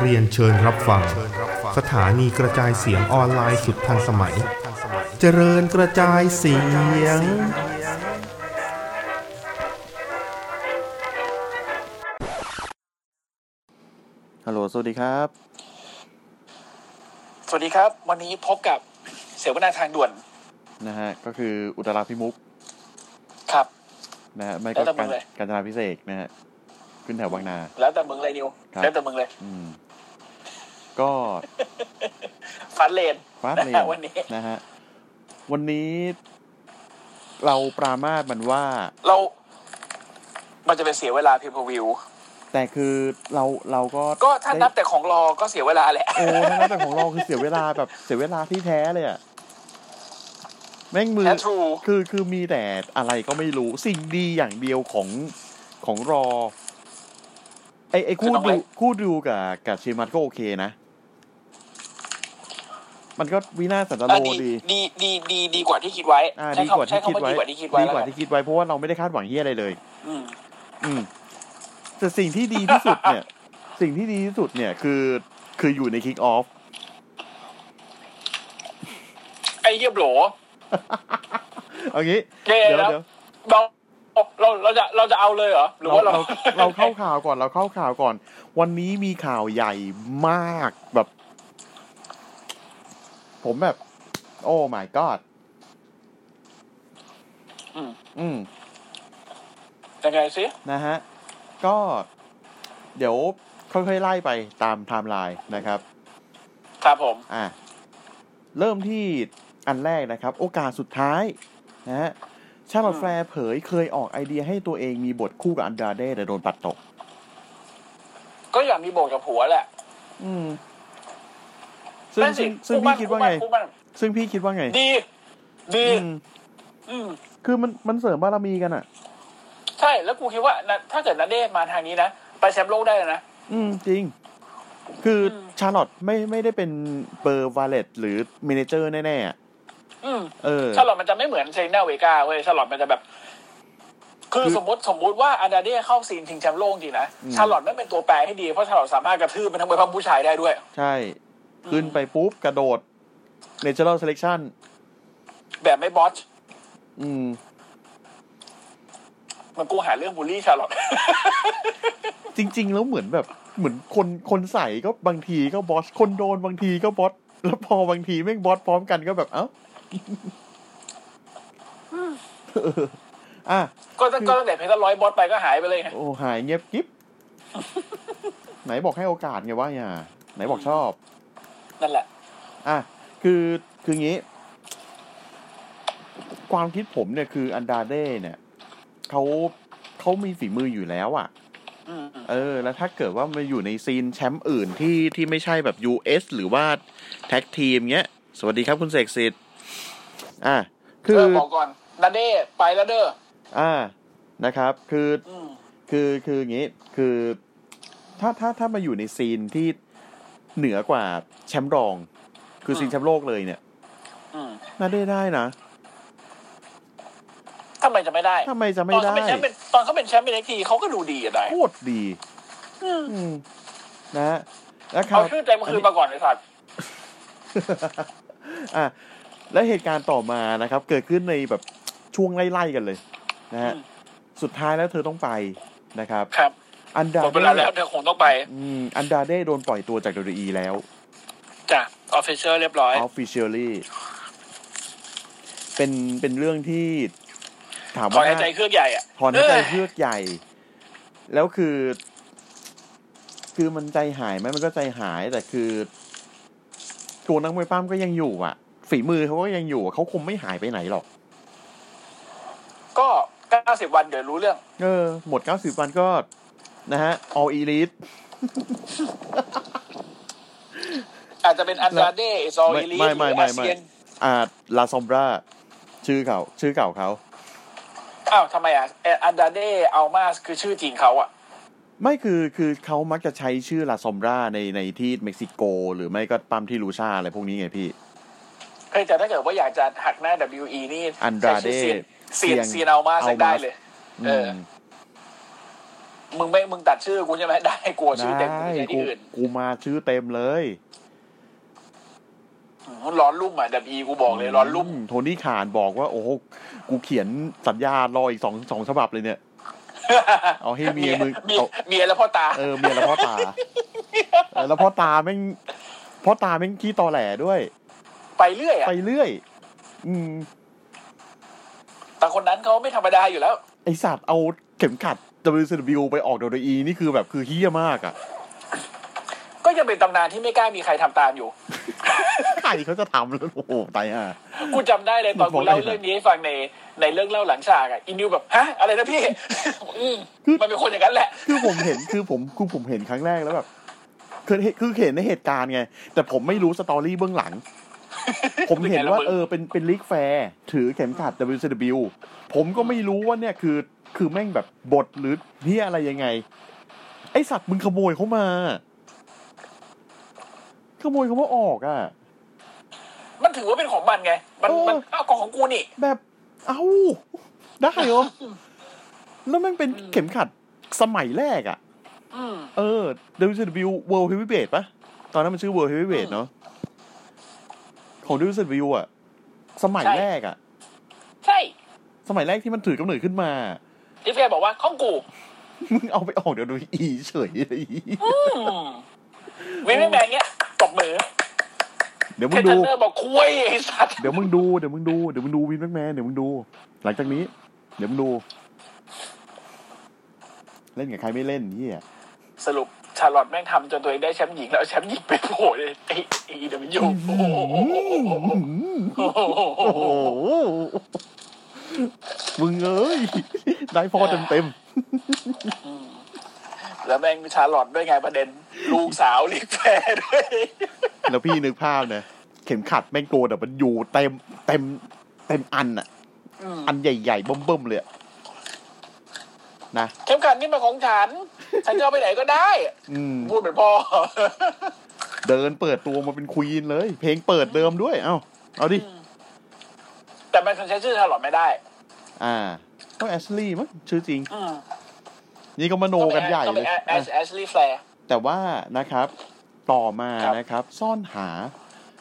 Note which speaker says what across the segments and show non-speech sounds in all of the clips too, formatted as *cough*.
Speaker 1: เรียนเชิญรับฟัง สถานีกระจายเสียงออนไลน์สุดทันสมัย เจริญกระจายเสียง
Speaker 2: ฮัลโหล สวัสดีครับ
Speaker 3: สวัสดีครับ วันนี้พบกับเสวนาทางด่วน
Speaker 2: นะฮะ ก็คืออุตราพิมุก
Speaker 3: ครับ
Speaker 2: นะฮะ ไม่ก็
Speaker 3: แล้ว
Speaker 2: การ
Speaker 3: แต่มึงเลย
Speaker 2: การจนาพิเศษกนะฮะ ขึ้นแถวบางนา
Speaker 3: แล้วแต่มึงเลยนิว
Speaker 2: ครับ
Speaker 3: แล้วแต่มึงเลย
Speaker 2: อืม ก็
Speaker 3: ฟันเลน *laughs*
Speaker 2: ฟาดเลย
Speaker 3: วันนี้
Speaker 2: นะฮะ วันนี้ เราปรามาสมันว่า
Speaker 3: เรา มันจะเป็นเสียเวลาพิมพ์วิว
Speaker 2: แต่คือเราเราก็
Speaker 3: ก็ถ้า
Speaker 2: ได้
Speaker 3: นับแต่ของรอก็เสียเวลาแหละ
Speaker 2: โอ้ถ้านับแต่ของเราคือเสียเวลาแบบเสียเวลาที่แท้เลยอะแม่งมือ
Speaker 3: แท้ทรู
Speaker 2: คือคือมีแต่อะไรก็ไม่รู้สิ่งดีอย่างเดียวของของรอ ไอไอ
Speaker 3: คือ
Speaker 2: คู่
Speaker 3: น้อง
Speaker 2: ดู
Speaker 3: เล็ก
Speaker 2: คู่ดูกับกับเชมัสก็โอเคนะ มันก็วินาศสันตโล
Speaker 3: อ่ะดี
Speaker 2: ดี
Speaker 3: ดีดีดีดีกว่าที่คิดไว้
Speaker 2: อ่า
Speaker 3: ใช้
Speaker 2: ดี
Speaker 3: คำ
Speaker 2: กว่า
Speaker 3: ใช้
Speaker 2: ที่คิด
Speaker 3: คำว่า
Speaker 2: ไว้
Speaker 3: ดีกว่าที่คิดไว้
Speaker 2: กว่าที่คิดไว้เพราะว่าเราไม่ได้คาดหวังเฮียอะไรเลย
Speaker 3: อืม
Speaker 2: อืม แต่สิ่งที่ดีที่สุดเนี่ย สิ่งที่ดีที่สุดเนี่ย คือคืออยู่ในคิกออฟ
Speaker 3: ไอ้เยี่ยบโหล
Speaker 2: เอางี้
Speaker 3: เย้
Speaker 2: เดี๋ยว
Speaker 3: แล้ว
Speaker 2: เดี๋ยว
Speaker 3: เราเราเราจะเราจะเอาเลยเหรอหรือ
Speaker 2: เรา
Speaker 3: ว่าเรา
Speaker 2: เราเราเข้าข่าวก่อนเราเข้าข่าวก่อน วันนี้มีข่าวใหญ่มากแบบ ผมแบบ โอ้ my god
Speaker 3: อืม
Speaker 2: อืม
Speaker 3: *laughs* ยังไงสิ
Speaker 2: นะฮะ ก็เดี๋ยวค่อยๆไล่ไปตามไทม์ไลน์นะครับ
Speaker 3: ครับผม
Speaker 2: อ่ะ เริ่มที่อันแรกนะครับ โอกาสสุดท้ายนะฮะชาลอต
Speaker 3: อืม
Speaker 2: แฟร์เผยเคยออกไอเดียให้ตัวเองมีบทคู่กับอันดราเด้แต่โดนปัดตก
Speaker 3: ก็อย่ามีโบกกับผัวแหละ
Speaker 2: อืม ซึ่ง
Speaker 3: นั่นสิ
Speaker 2: ซึ่งซึ่ง
Speaker 3: มั่
Speaker 2: พี่
Speaker 3: น
Speaker 2: คิดว่า
Speaker 3: มั่
Speaker 2: ไง
Speaker 3: นมั่น
Speaker 2: ซึ่งพี่คิดว่าไง
Speaker 3: ดี ดี
Speaker 2: อืม
Speaker 3: อืม
Speaker 2: คือมันมันเสริมบารมีกันอ่ะ
Speaker 3: ใช่ แล้วกูคิดว่านะถ้าเกิดนัดเดชน์มาทางนี้นะ ไปแชมป์โลกได้เลยนะ
Speaker 2: อืม จริง คืออ
Speaker 3: ม
Speaker 2: ชาร์ลอตไม่ไม่ได้เป็นเบอร์วาเลตหรือเมเนเจอร์แน่ๆอะ
Speaker 3: อืม
Speaker 2: เออ
Speaker 3: ชาร์ลอตมันจะไม่เหมือนเซรีนาเวกาเว้ยชาร์ลอตมันจะแบบ คือ
Speaker 2: คือ
Speaker 3: สมมติสมมติว่าอันดาเด้เข้าซีนชิงแชมป์โลกจริงนะ
Speaker 2: อืม
Speaker 3: ชาร์ลอตไม่งเป็นตัวแปรให้ดี เพราะชาร์ลอตสามารถกระทืบมันทั้งเวทผู้ชายได้ด้วย
Speaker 2: ใช่ ขึ้นไปปุ๊บ กระโดด Natural Selection
Speaker 3: แบบไม่บอส
Speaker 2: อืม
Speaker 3: มันกูหาเรื่องบูลลี่ชาร์ลอต *laughs*
Speaker 2: จริง ๆ แล้วเหมือนแบบ เหมือนคนคนใส่ก็บางทีก็บอส คนโดนบางทีก็บอส แล้วพอบางทีแม่งบอสพร้อมกันก็แบบ เอ้าเอออ่ะ
Speaker 3: ก็ตั้งก็ตั้งแต่เพชรร้อยบอสไปก็หายไปเลยไง
Speaker 2: โอ้หายเงียบกิ๊บ ไหนบอกให้โอกาสไงว่าอย่า ไหนบอกชอบ
Speaker 3: นั่นแหละ
Speaker 2: อ่ะ คือคืองี้ ความคิดผมเนี่ยคืออันดาเด้เนี่ยเขาเขามีฝีมืออยู่แล้วอะ่ะ
Speaker 3: อืม
Speaker 2: เออ แล้วถ้าเกิดว่ามาอยู่ในซีนแชมป์อื่นที่ที่ไม่ใช่แบบ US หรือว่าแท็กทีมเงี้ย สวัสดีครับคุณเสกสิทธิ์อ่ะ คื
Speaker 3: เอ
Speaker 2: อ
Speaker 3: อบอกก่อนนัดเด้ไปแล้วเด้อ
Speaker 2: อ่า นะครับ คือ
Speaker 3: อืม
Speaker 2: คือคืออย่างงี้คือถ้าถ้าถ้ามาอยู่ในซีนที่เหนือกว่าแชมป์รอง คือซีนแชมป์โลกเลยเนี่ย
Speaker 3: อืม
Speaker 2: น่าได้ได้นะ
Speaker 3: ทำไมจะไม่ได้
Speaker 2: ทำไมจะ
Speaker 3: ต
Speaker 2: ไม่
Speaker 3: อนเขา
Speaker 2: ได้
Speaker 3: เป็นแชมป์เป็นตอนเขาเป็นแชมป์เป็นเอ็กทีเขาก็ดูดีอะได้
Speaker 2: โคตรดี
Speaker 3: อืม
Speaker 2: อืมนะฮะแล้วข่า
Speaker 3: เอา
Speaker 2: ว
Speaker 3: ชื่อเต็มคืนมาก่อนไอ้สัตว์
Speaker 2: อ่ะและเหตุการณ์ต่อมานะครับ เกิดขึ้นในแบบช่วงไล่ๆกันเลยนะฮะ
Speaker 3: อืม
Speaker 2: สุดท้ายแล้วเธอต้องไปนะครับ
Speaker 3: ครับ
Speaker 2: อันดา
Speaker 3: หมดเวลา
Speaker 2: เด้
Speaker 3: แล้วเธอคงต้องไป
Speaker 2: อืมอันดาเด้โดนปล่อยตัวจาก WWE แล้ว
Speaker 3: จ้ะออฟฟิเชียลเรียบร้อย
Speaker 2: officially เป็นเป็นเรื่องที่ถาม
Speaker 3: ขอ
Speaker 2: ว่า
Speaker 3: หายใจเครื่องใหญ่อ่ะ
Speaker 2: ถอนหายใจ
Speaker 3: เอ้ย
Speaker 2: เพือกใหญ่ แล้วคือ คือมันใจหายไหมมันก็ใจหายแต่คือ ตัวนักมวยปล้ามก็ยังอยู่อ่ะ ฝีมือเขาก็ยังอยู่อะเขาคงไม่หายไปไหนหรอก
Speaker 3: ก็เก้าสิบวันเดี๋ยวรู้เรื่อง
Speaker 2: เออ หมดเก้าสิบวันก็ นะฮะ all elite
Speaker 3: อาจจะเป็นอันดาเดย์ซอล
Speaker 2: ไม่
Speaker 3: อีลี
Speaker 2: ไม่
Speaker 3: ห
Speaker 2: ไม่
Speaker 3: รือ
Speaker 2: ไม่
Speaker 3: อา
Speaker 2: ไม่
Speaker 3: เซียน
Speaker 2: อ่าลาซอมบราชื่อเก่า ชื่อเก่าเขา
Speaker 3: อ้าวทำไมอ่ะเอ่ออันดาเดย์อัลมาสคือชื่อจีนเขาอ่ะ
Speaker 2: ไม่คือคือเขามักจะใช้ชื่อลาซอมราในในที่เม็กซิโก หรือไม่ก็ปั๊มที่ลูชาอะไรพวกนี้ไงพี่
Speaker 3: เฮ้ยแต่ถ้าเกิดว่าอยากจะหักหน้า WE นี่
Speaker 2: อันดราเด
Speaker 3: ใช้ชื่อ
Speaker 2: เซี
Speaker 3: เซียนเซียนเซียนอัลมาสได้เลย เออ มึงไม่มึงตัดชื่อกูใช่ไหม *laughs* ได้กลัวชื่อเต็ม
Speaker 2: ได้
Speaker 3: กูไปใช้
Speaker 2: กู
Speaker 3: ที่อื่น
Speaker 2: กูมาชื่อเต็มเลย
Speaker 3: ร้อนลุ่มอ่ะดับอีกูบอกเลยร้อนลุ่ม
Speaker 2: มโทนี่ขานบอกว่า โอ้โหกูเขียนสัญญารออีกสองสองฉบับเลย
Speaker 3: *laughs*
Speaker 2: เนี่ย เอาให้เมียมึง
Speaker 3: เมีย
Speaker 2: เอา
Speaker 3: เมียแล้วพ่อตา
Speaker 2: เออเมียแล้วพ่อ
Speaker 3: *laughs*
Speaker 2: ตาเออแล้วพ่อตาแม่งพ่อตาแม่งขี้ตอแหลด้วย
Speaker 3: ไปเรื่อยอ่ะ
Speaker 2: ไปเรื่อย อืม
Speaker 3: แต่คนนั้นเขาไม่ธรรมดาอยู่แล้ว
Speaker 2: ไอสัตว์เอาเข็มขัด WCW ไปออก WWE นี่คือแบบคือเฮี้ยมากอะ
Speaker 3: ก็ยังเป็นตำนานที่ไม่กล้ามีใครทำตามอยู่
Speaker 2: ใครเขาจะทำแล้ว โอ้โหตายอ่ะ
Speaker 3: กูจำได้เลยตอน
Speaker 2: บ
Speaker 3: กู
Speaker 2: อกได้
Speaker 3: เล่า
Speaker 2: เลย
Speaker 3: เรื่องนี้ให้ฟังในในเรื่องเล่าหลังฉากอ่ะอินดิวแบบฮะอะไรนะพี่ อืม *laughs* มันเป็นคนอย่างนั้นแหละ
Speaker 2: คือผมเห็นคือผมคือผมเห็นครั้งแรกแล้วแบบคือคือเห็นในเหตุการณ์ไง แต่ผมไม่รู้สตอรี่เบื้องหลัง ผมเห็นว่า
Speaker 3: เป็นไงล่ะมึง
Speaker 2: เออเป็นเป็นลิกแฟร์ถือเข็มขัด WCW ผมก็ไม่รู้ว่าเนี่ยคือ คือแม่งแบบบทหรือเฮี้ยอะไรยังไง ไอสัตว์มึงขโมยเขามา ขโมยเขามาออกอ่ะ
Speaker 3: มันถือว่าเป็นของมันไง มัน
Speaker 2: เออ
Speaker 3: มันเอาของของกูนี่
Speaker 2: แบบเอ้า ได้เหรอ แล้วมันเป็นเข็มขัดสมัยแรกอ่ะ
Speaker 3: อืม
Speaker 2: เออ WCW World Heavyweight ปะตอนนั้นมันชื่อ World Heavyweight
Speaker 3: อืม
Speaker 2: เนาะของ WCW อ่ะ สมัย
Speaker 3: ใช่
Speaker 2: แรกอ่ะ
Speaker 3: ใช่
Speaker 2: สมัยแรกที่มันถือกำเนิดขึ้นมา *laughs*
Speaker 3: ดิฟแกบอกว่าของกู
Speaker 2: มึงเอาไปออกเดี๋ยวดูอีเฉยเลย
Speaker 3: วินแมนเงี้ยตบมือ
Speaker 2: เดี๋ยว
Speaker 3: เท
Speaker 2: มึ
Speaker 3: ร
Speaker 2: ง
Speaker 3: น
Speaker 2: ดู
Speaker 3: เนอร์บอกคุยไอ้สัตว์
Speaker 2: เดี๋ยวมึงดู เดี๋ยวมึงดู เดี๋ยวมึงดูวินแมกแมน เดี๋ยวมึงดู หลังจากนี้ เดี๋ยวมึงดู เล่นกับใครไม่เล่นเฮีย
Speaker 3: สรุปชาร์ลอตแม่งทำจนตัวเองได้แชมป์หญิงแล้วเอาแชมป์หญิงไปโผล่ในไอ้ไอ้เดมิยูโอ้โหโอ้โหโอ้
Speaker 2: โอ้
Speaker 3: โห
Speaker 2: โห *laughs* มึงเอ้ย ได้พอเต็มเต็มๆ
Speaker 3: แล้วแม่งชาร์ลอตด้วยไงประเด็น ลูกสาวรีบแพ้ด้วย
Speaker 2: แล้วพี่นึกภาพนะ เข็มขัดแม่งโกนแต่มันอยู่เต็มเต็มเต็มอันอะ
Speaker 3: อืม
Speaker 2: อันใหญ่ๆเบิ่มๆเลยอะนะ
Speaker 3: เข็มขัดนี่มาของฉัน *laughs* ฉันจะเอาไปไหนก็ได้
Speaker 2: อืม
Speaker 3: พูดเหมือนพ่ *laughs* อ
Speaker 2: เดินเปิดตัวมาเป็นควีนเลย เพลงเปิดเดิมด้วย เอ้า เอาดิ
Speaker 3: แต่มันใช้ชื่อชาร์ลอตไม่ได้
Speaker 2: อ่า ต้องแอชลีย์มั้งชื่อจริง
Speaker 3: อืม
Speaker 2: นี่ก็มโนกันใหญ่
Speaker 3: ต้อง
Speaker 2: เล
Speaker 3: เป็
Speaker 2: ย
Speaker 3: นแอ
Speaker 2: อ่ะ
Speaker 3: ชแอชลีย์แฟร์
Speaker 2: แต่ว่านะครับ ต่อมา
Speaker 3: ครับ
Speaker 2: นะครับ ซ่อนหา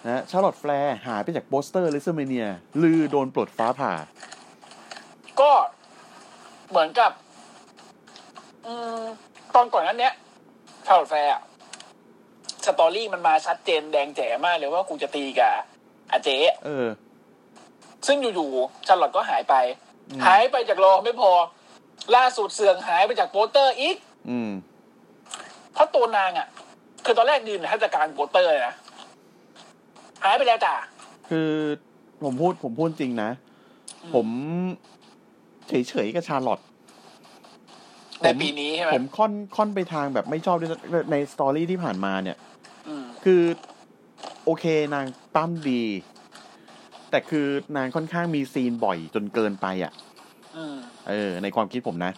Speaker 2: นะชาร์ลอตแฟร์หายไปจากโปสเตอร์เลสเมเนีย ลือโดนปลดฟ้าผ่า
Speaker 3: ก็เหมือนกับ อืมตอนก่อนนั้นเนี้ยชาร์ลอตแฟร์อะสตอรี่มันมาชัดเจนแดงแจ๋มากเลยว่ากูจะตีกับอาเจ๊
Speaker 2: เออ
Speaker 3: ซึ่งอยู่ๆชาร์ลอตก็หายไป หายไปจากรอไม่พอ ล่าสุดเสื่องหายไปจากโปสเตอร์อีก
Speaker 2: อืม
Speaker 3: เพราะตัวนางอ่ะ คือตอนแรกยืนให้จัดการโปสเตอร์เลยนะหายไปแล้วจ้ะ
Speaker 2: คือผมพูดผมพูดจริงนะ
Speaker 3: อืม
Speaker 2: ผมเฉยๆกับชาร์ลอต
Speaker 3: ใน
Speaker 2: ผม
Speaker 3: ปีนี้ใช่ไหม
Speaker 2: ผมค่อนค่อนไปทางแบบไม่ชอบด้วยในสตอรี่ที่ผ่านมาเนี่ย
Speaker 3: อืม
Speaker 2: คือโอเคนางปั้มดี แต่คือนางค่อนข้างมีซีนบ่อยจนเกินไปอ่ะ
Speaker 3: อืม
Speaker 2: เออ ในความคิดผมนะ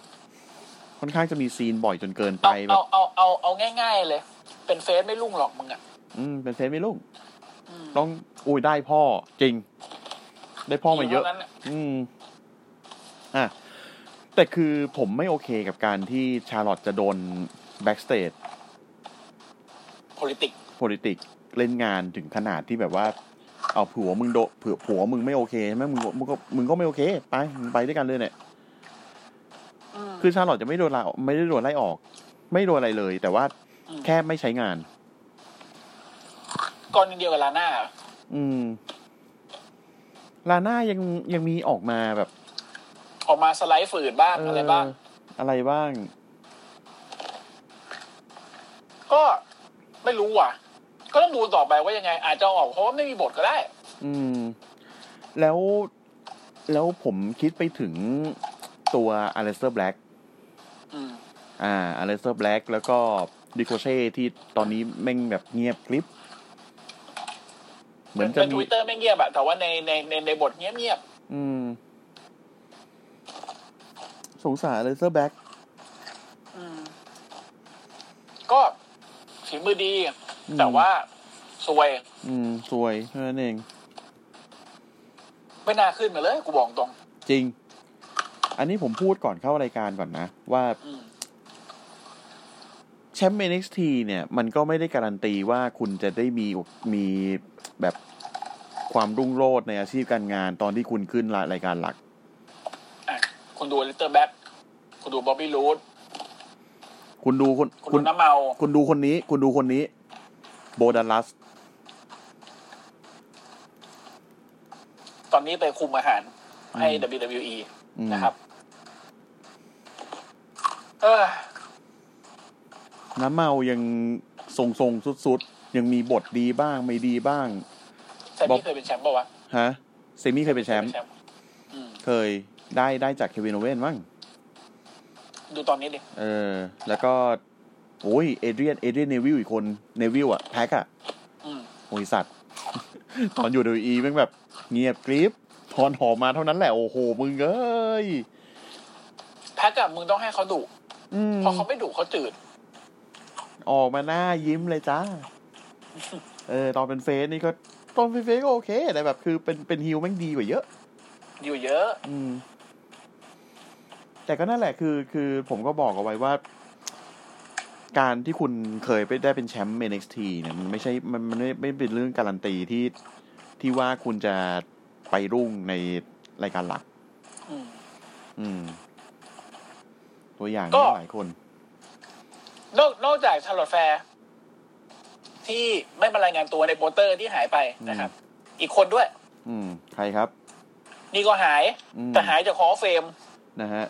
Speaker 2: ค่อนข้างจะมีซีนบ่อยจนเกินไป
Speaker 3: เอา
Speaker 2: แบบ
Speaker 3: เอาเอาเอาเอาง่าย ๆ เลย เป็นเฟซไม่รุ่งหรอกมึงอ่ะ
Speaker 2: อืม เป็นเซฟไม่ลูก
Speaker 3: อืม
Speaker 2: ต้องอุ้ยได้พ่อจริง ได้พ่อมาเยอะ
Speaker 3: ท่นั้นน่
Speaker 2: อืม อ่ะ แต่คือผมไม่โอเคกับการที่ชาร์ลอตจะโดนแบ็กสเตจ
Speaker 3: politics
Speaker 2: politics เล่นงานถึงขนาดที่แบบว่า เอาผัวมึงโดเผื่อผัวมึงไม่โอเคใช่ไหมมึงมึงก็มึงก็ไม่โอเค ไปมึงไปด้วยกันเลยเนี่ย
Speaker 3: อืม
Speaker 2: คือชาร์ลอตจะไม่โดนลาออกไม่ได้โดนไล่ออก ไม่โดนอะไรเลย แต่ว่า
Speaker 3: อืม
Speaker 2: แค่ไม่ใช้งาน
Speaker 3: กรณีเดียวกับลาน่า
Speaker 2: อืม ลาน่ายังยังมีออกมาแบบ
Speaker 3: ออกมาสไลด์ฝืนบ้าง
Speaker 2: เ
Speaker 3: อะไรบ้าง
Speaker 2: อะไรบ้าง
Speaker 3: ก็ไม่รู้ว่ะ ก็ต้องดูต่อไปว่ายังไง อาจจะออกเพราะว่าไม่มีบทก็ได้
Speaker 2: อืม แล้วแล้วผมคิดไปถึงตัวอ l เลสเตอร์แบล็ก
Speaker 3: อืม
Speaker 2: อ่าอ l เลสเตอร์แบล็กแล้วก็ดิโคเช่ที่ตอนนี้แม่งแบบเงียบกริบเหมือนจะ
Speaker 3: เป็นท
Speaker 2: มี
Speaker 3: วิตเตอร์ไม่เงียบอะแต่ว่าในในในในบทเงียบเงียบ
Speaker 2: อืม สงสารอ l เลสเตอร์แบล็ก
Speaker 3: ๆอืม ก็ฝีมือดี แต่ว่าสวย
Speaker 2: อืมสวยเท่านั้นเอง
Speaker 3: ไม่น่าขึ้นมาเลย กูบอกตรง
Speaker 2: จริง อันนี้ผมพูดก่อนเข้ารายการก่อนนะ ว่า
Speaker 3: อืม
Speaker 2: แชมป์ NXT เนี่ย มันก็ไม่ได้การันตีว่าคุณจะได้มีมีแบบความรุ่งโรจน์ในอาชีพการงานตอนที่คุณขึ้นรายการหลัก
Speaker 3: อ่ะคุณดูลิตเติ้ลแบ็คคุณดูบ๊อบบี้รูด
Speaker 2: คุณดูคน
Speaker 3: คุณ
Speaker 2: คุ
Speaker 3: ดู
Speaker 2: ณ
Speaker 3: น้ำเมา
Speaker 2: คุณดูคนนี้ คุณดูคนนี้ โบดัลลัส
Speaker 3: ตอนนี้ไปคุมอาหารให้
Speaker 2: อืม
Speaker 3: WWE
Speaker 2: อืม
Speaker 3: นะครับ เออ
Speaker 2: น้ำเมายังทรงทรงๆสุดๆ ยังมีบทดีบ้างไม่ดีบ้าง
Speaker 3: แซม
Speaker 2: บ๊อบ
Speaker 3: มี่เคยเป็นแชมป์ป่าวะ
Speaker 2: ฮะ เซมี่เคยเป็นแชม
Speaker 3: เป็น
Speaker 2: ป์
Speaker 3: แชมป์อืม
Speaker 2: เคยได้ได้จากเควินโอเว่นมั้ง
Speaker 3: ดูตอนนี้ดิ
Speaker 2: เออ แล้วก็โอ้ยเอเดรียนเอเดรียนเนวิลอีกคนเนวิลอะแพ็กอะ
Speaker 3: อืม
Speaker 2: โอ้ยสัตว์ *laughs* ตอนอยู่ดูอีแม่งแบบ เงียบกริบถอนหอมมาเท่านั้นแหละ โอ้โห มึงเอ้ย
Speaker 3: แพ็กอะมึงต้องให้เขาดุ
Speaker 2: อืม
Speaker 3: เพราะเขาไม่ดุเขาจืด
Speaker 2: ออกมาหน้ายิ้มเลยจ้า เออ ตอนเป็นเฟสนี่ก็ ตอนเป็นเฟสก็โอเค แต่แบบคือเป็นเป็นฮิลแม่งดีกว่าเยอะ
Speaker 3: ดีกว่าเยอะ
Speaker 2: อืม แต่ก็นั่นแหละคือ คือผมก็บอกเอาไว้ว่า การที่คุณเคยไปได้เป็นแชมป์ NXT เนี่ย มันไม่ใช่มันมันไม่ไม่เป็นเรื่องการันตีที่ที่ว่าคุณจะไปรุ่งในรายการหลัก
Speaker 3: อืม
Speaker 2: อืม ตัวอย่าง
Speaker 3: ก็
Speaker 2: มีหลายคน
Speaker 3: นอกนอกจากชาร์ลอตแฟร์ที่ไม่มารายงานตัวในโปสเตอร์ที่หายไปนะครับ อีกคนด้วย
Speaker 2: อืม ใครครับ
Speaker 3: นี่ก็หาย
Speaker 2: อืม
Speaker 3: แต่หายจากฮอลล์เฟม
Speaker 2: นะฮะ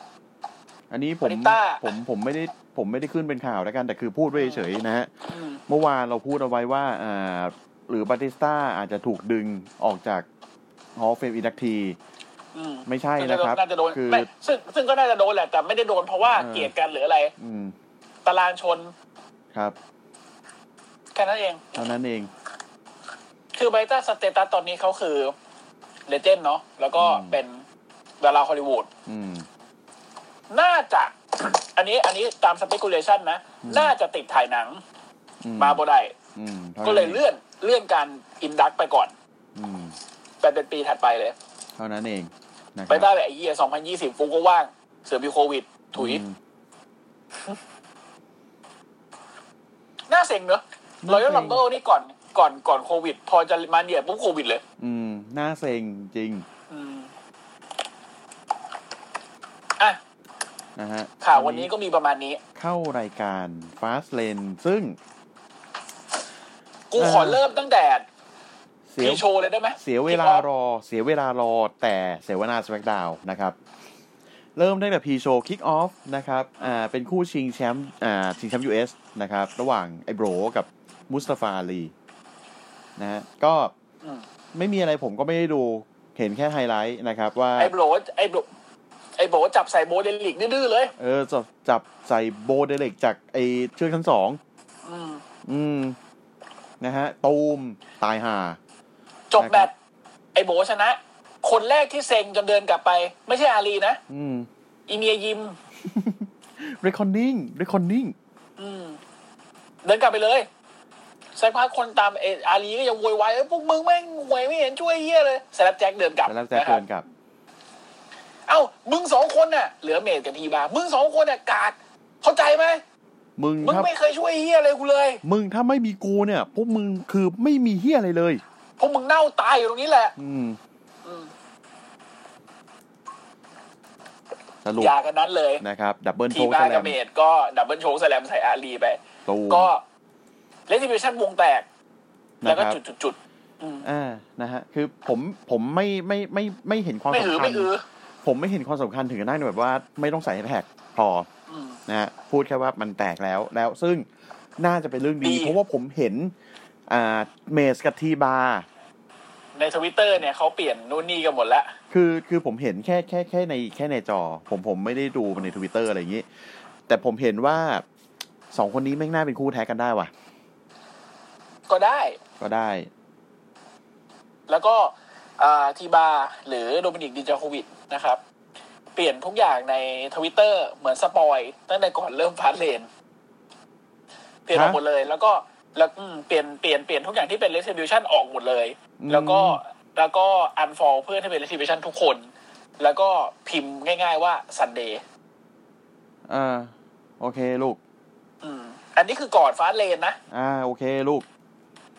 Speaker 2: อันนี้ผม
Speaker 3: มาริต้า
Speaker 2: ผมผมไม่ได้ ผมไม่ได้ขึ้นเป็นข่าวแล้วกัน แต่คือพูดไว้เฉยๆนะฮะ
Speaker 3: อืม
Speaker 2: เมื่อวานเราพูดเอาไว้ว่าอ่า หรือบาติสต้าอาจจะถูกดึงออกจากฮอลเฟมอินดักที
Speaker 3: อืม
Speaker 2: ไม่ใช่นะครับ
Speaker 3: น่าจะโดน
Speaker 2: คือ
Speaker 3: ไม่ซึ่งซึ่งก็น่าจะโดนแหละ แต่ไม่ได้โดนเพราะว่า
Speaker 2: เออ
Speaker 3: เกลียดกันหรืออะไร
Speaker 2: อืม
Speaker 3: ตารางชน
Speaker 2: ครับ
Speaker 3: แค่นั้นเอง
Speaker 2: เท่านั้นเอง
Speaker 3: คือไบต้าสเตตัสตอนนี้เขาคือเลเจนด์เนาะแล้วก็
Speaker 2: อืม
Speaker 3: เป็นดาราฮอลลีวูด
Speaker 2: อืม
Speaker 3: น่าจะ *coughs* อันนี้อันนี้ตามสเปกุเลชันนะ น่าจะติดถ่ายหนัง
Speaker 2: อื
Speaker 3: มาบ่ได้
Speaker 2: อืมท่านั้น
Speaker 3: ก็เลยเลื่อนเลื่อนการอินดักไปก่อน
Speaker 2: อืม
Speaker 3: ไปเป็นปีถัดไปเลย
Speaker 2: เท่านั้นเองนะค
Speaker 3: ไบ
Speaker 2: รับ
Speaker 3: ต้าแบบไอ้เหี้ย2020 ฟูก็ว่าง เสือมีโควิด ถุย
Speaker 2: อืม
Speaker 3: น่าเซ็งเนอะรอยัล
Speaker 2: น่าเซ็ง
Speaker 3: ลัมเบิลนี่ก่อนก่อนก่อนโควิด พอจะมาเนี่ยปุ๊บโควิดเลย
Speaker 2: อืมน่าเซ็งจริง
Speaker 3: อืมอ่ะ
Speaker 2: นะฮะ
Speaker 3: ข่าววันนี้ก็มีประมาณนี้
Speaker 2: เข้ารายการ Fast Lane ซึ่ง
Speaker 3: กูขอเริ่มตั้งแต่
Speaker 2: เสีย
Speaker 3: พีโชว์เลยได้ไหม
Speaker 2: เสียเวลารอ เสียเวลารอ แต่เสวนาสแวกดาวนะครับ เริ่มได้งแต่พีโชคิกออฟนะครับ อ่า เป็นคู่ชิงแชมป์ อ่า ชิงแชมป์ US นะครับ ระหว่างไอโบรกับมุสตาฟาลีนะฮะ ก็
Speaker 3: อืม
Speaker 2: ไม่มีอะไรผมก็ไม่ได้ดู เห็นแค่ไฮไลท์นะครับว่า
Speaker 3: ไอ้โบรดไอ้โบรดไอ้โบรดจับใส่โมเดลลิกดื้อๆเลย
Speaker 2: เออจับจับใส่โบเดเล็กจากไอเชือกชั้นสอง
Speaker 3: อืม
Speaker 2: อืม นะฮะ ตูม ตายห่า
Speaker 3: จบแมตช์ไอ้โบรดชนะ คนแรกที่เซ็งจนเดินกลับไป ไม่ใช่อารีนะ
Speaker 2: อืม
Speaker 3: อีเมียยิม
Speaker 2: reckoning reckoning
Speaker 3: อืม เดินกลับไปเลยสักพักคนตามไอ้อารีก็ยังโวยวายเอ้ยพวกมึงแม่งหวยไม่เห็นช่วยเฮียเลยเสร็จแล้วแจ็คเดินกลับ
Speaker 2: แล้วแจ็ค
Speaker 3: นะค
Speaker 2: เดิ
Speaker 3: รับ
Speaker 2: นกลับ
Speaker 3: เอ้ามึงสองคนน่ะ เหลือเมดกับทีบาร์มึงสองคนน่ะกาดเข้าใจไหม
Speaker 2: มึง
Speaker 3: มึง
Speaker 2: ถ้า
Speaker 3: ไม่เคยช่วยเฮียเลยกูเลย
Speaker 2: มึงถ้าไม่มีกูเนี่ย พวกมึงคือไม่มีเฮียอะไรเลย
Speaker 3: พวกมึงเน่าตายอยู่ตรงนี้แหละ
Speaker 2: อืม
Speaker 3: อืม
Speaker 2: สรุป
Speaker 3: อย่ากันนั้นเลย
Speaker 2: นะครับ ดับเบิลโช
Speaker 3: ที
Speaker 2: ว์
Speaker 3: บ้า
Speaker 2: แล
Speaker 3: กับ
Speaker 2: ม
Speaker 3: เมดก็ ดับเบิลโชคแสลมใส่อารีไป
Speaker 2: ตูม
Speaker 3: ก็เลติบิชันวงแตก แล้วก็
Speaker 2: นะครับ
Speaker 3: จุดจุดจุดๆอืม
Speaker 2: อ่านะฮะ คือผมผมไม่ไม่ไม่ไม่เห็นความ
Speaker 3: ไม่หือ
Speaker 2: สำคั
Speaker 3: ไม่
Speaker 2: ญ
Speaker 3: อือ
Speaker 2: ผมไม่เห็นความสำคัญถึงขนาดแบบว่าไม่ต้องใส่แท็กพอ
Speaker 3: อืม
Speaker 2: นะฮะพูดแค่ว่ามันแตกแล้วแล้วซึ่งน่าจะเป็นเรื่องดี
Speaker 3: ดี
Speaker 2: เพราะว่าผมเห็น อ่าเมสกับทีบาร์
Speaker 3: ในทวิตเตอร์เนี่ยเขาเปลี่ยนนู่นนี่กันหมดละ
Speaker 2: คือคือผมเห็นแค่แค่แค่ในแค่ในจอ ผมผมไม่ได้ดูในทวิตเตอร์อะไรอย่างนี้ แต่ผมเห็นว่าสองคนนี้แม่งน่าเป็นคู่แท็กกันได้ว่ะ
Speaker 3: ก็ได้
Speaker 2: ก็ได้
Speaker 3: แล้วก็ทีบาหรือโดมินิกดิจาโควิดนะครับ เปลี่ยนทุกอย่างในทวิตเตอร์เหมือนสปอยตั้งแต่ก่อนเริ่มพาร์ทเลน เปลี่ยนออก
Speaker 2: ฮะ
Speaker 3: หมดเลย แล้วก็แล้วอืมเปลี่ยนเปลี่ยนเปลี่ยนทุกอย่างที่เป็น retribution ออกหมดเลย
Speaker 2: อืม
Speaker 3: แล้วก็แล้วก็ unfall เพื่อให้เป็น retribution ทุกคน แล้วก็พิมพ์ง่าย ๆว่าซันเดย์
Speaker 2: อ่าโอเคลูก
Speaker 3: อันนี้คือก่อนฟาสเลนนะ
Speaker 2: อ่าโอเคลูก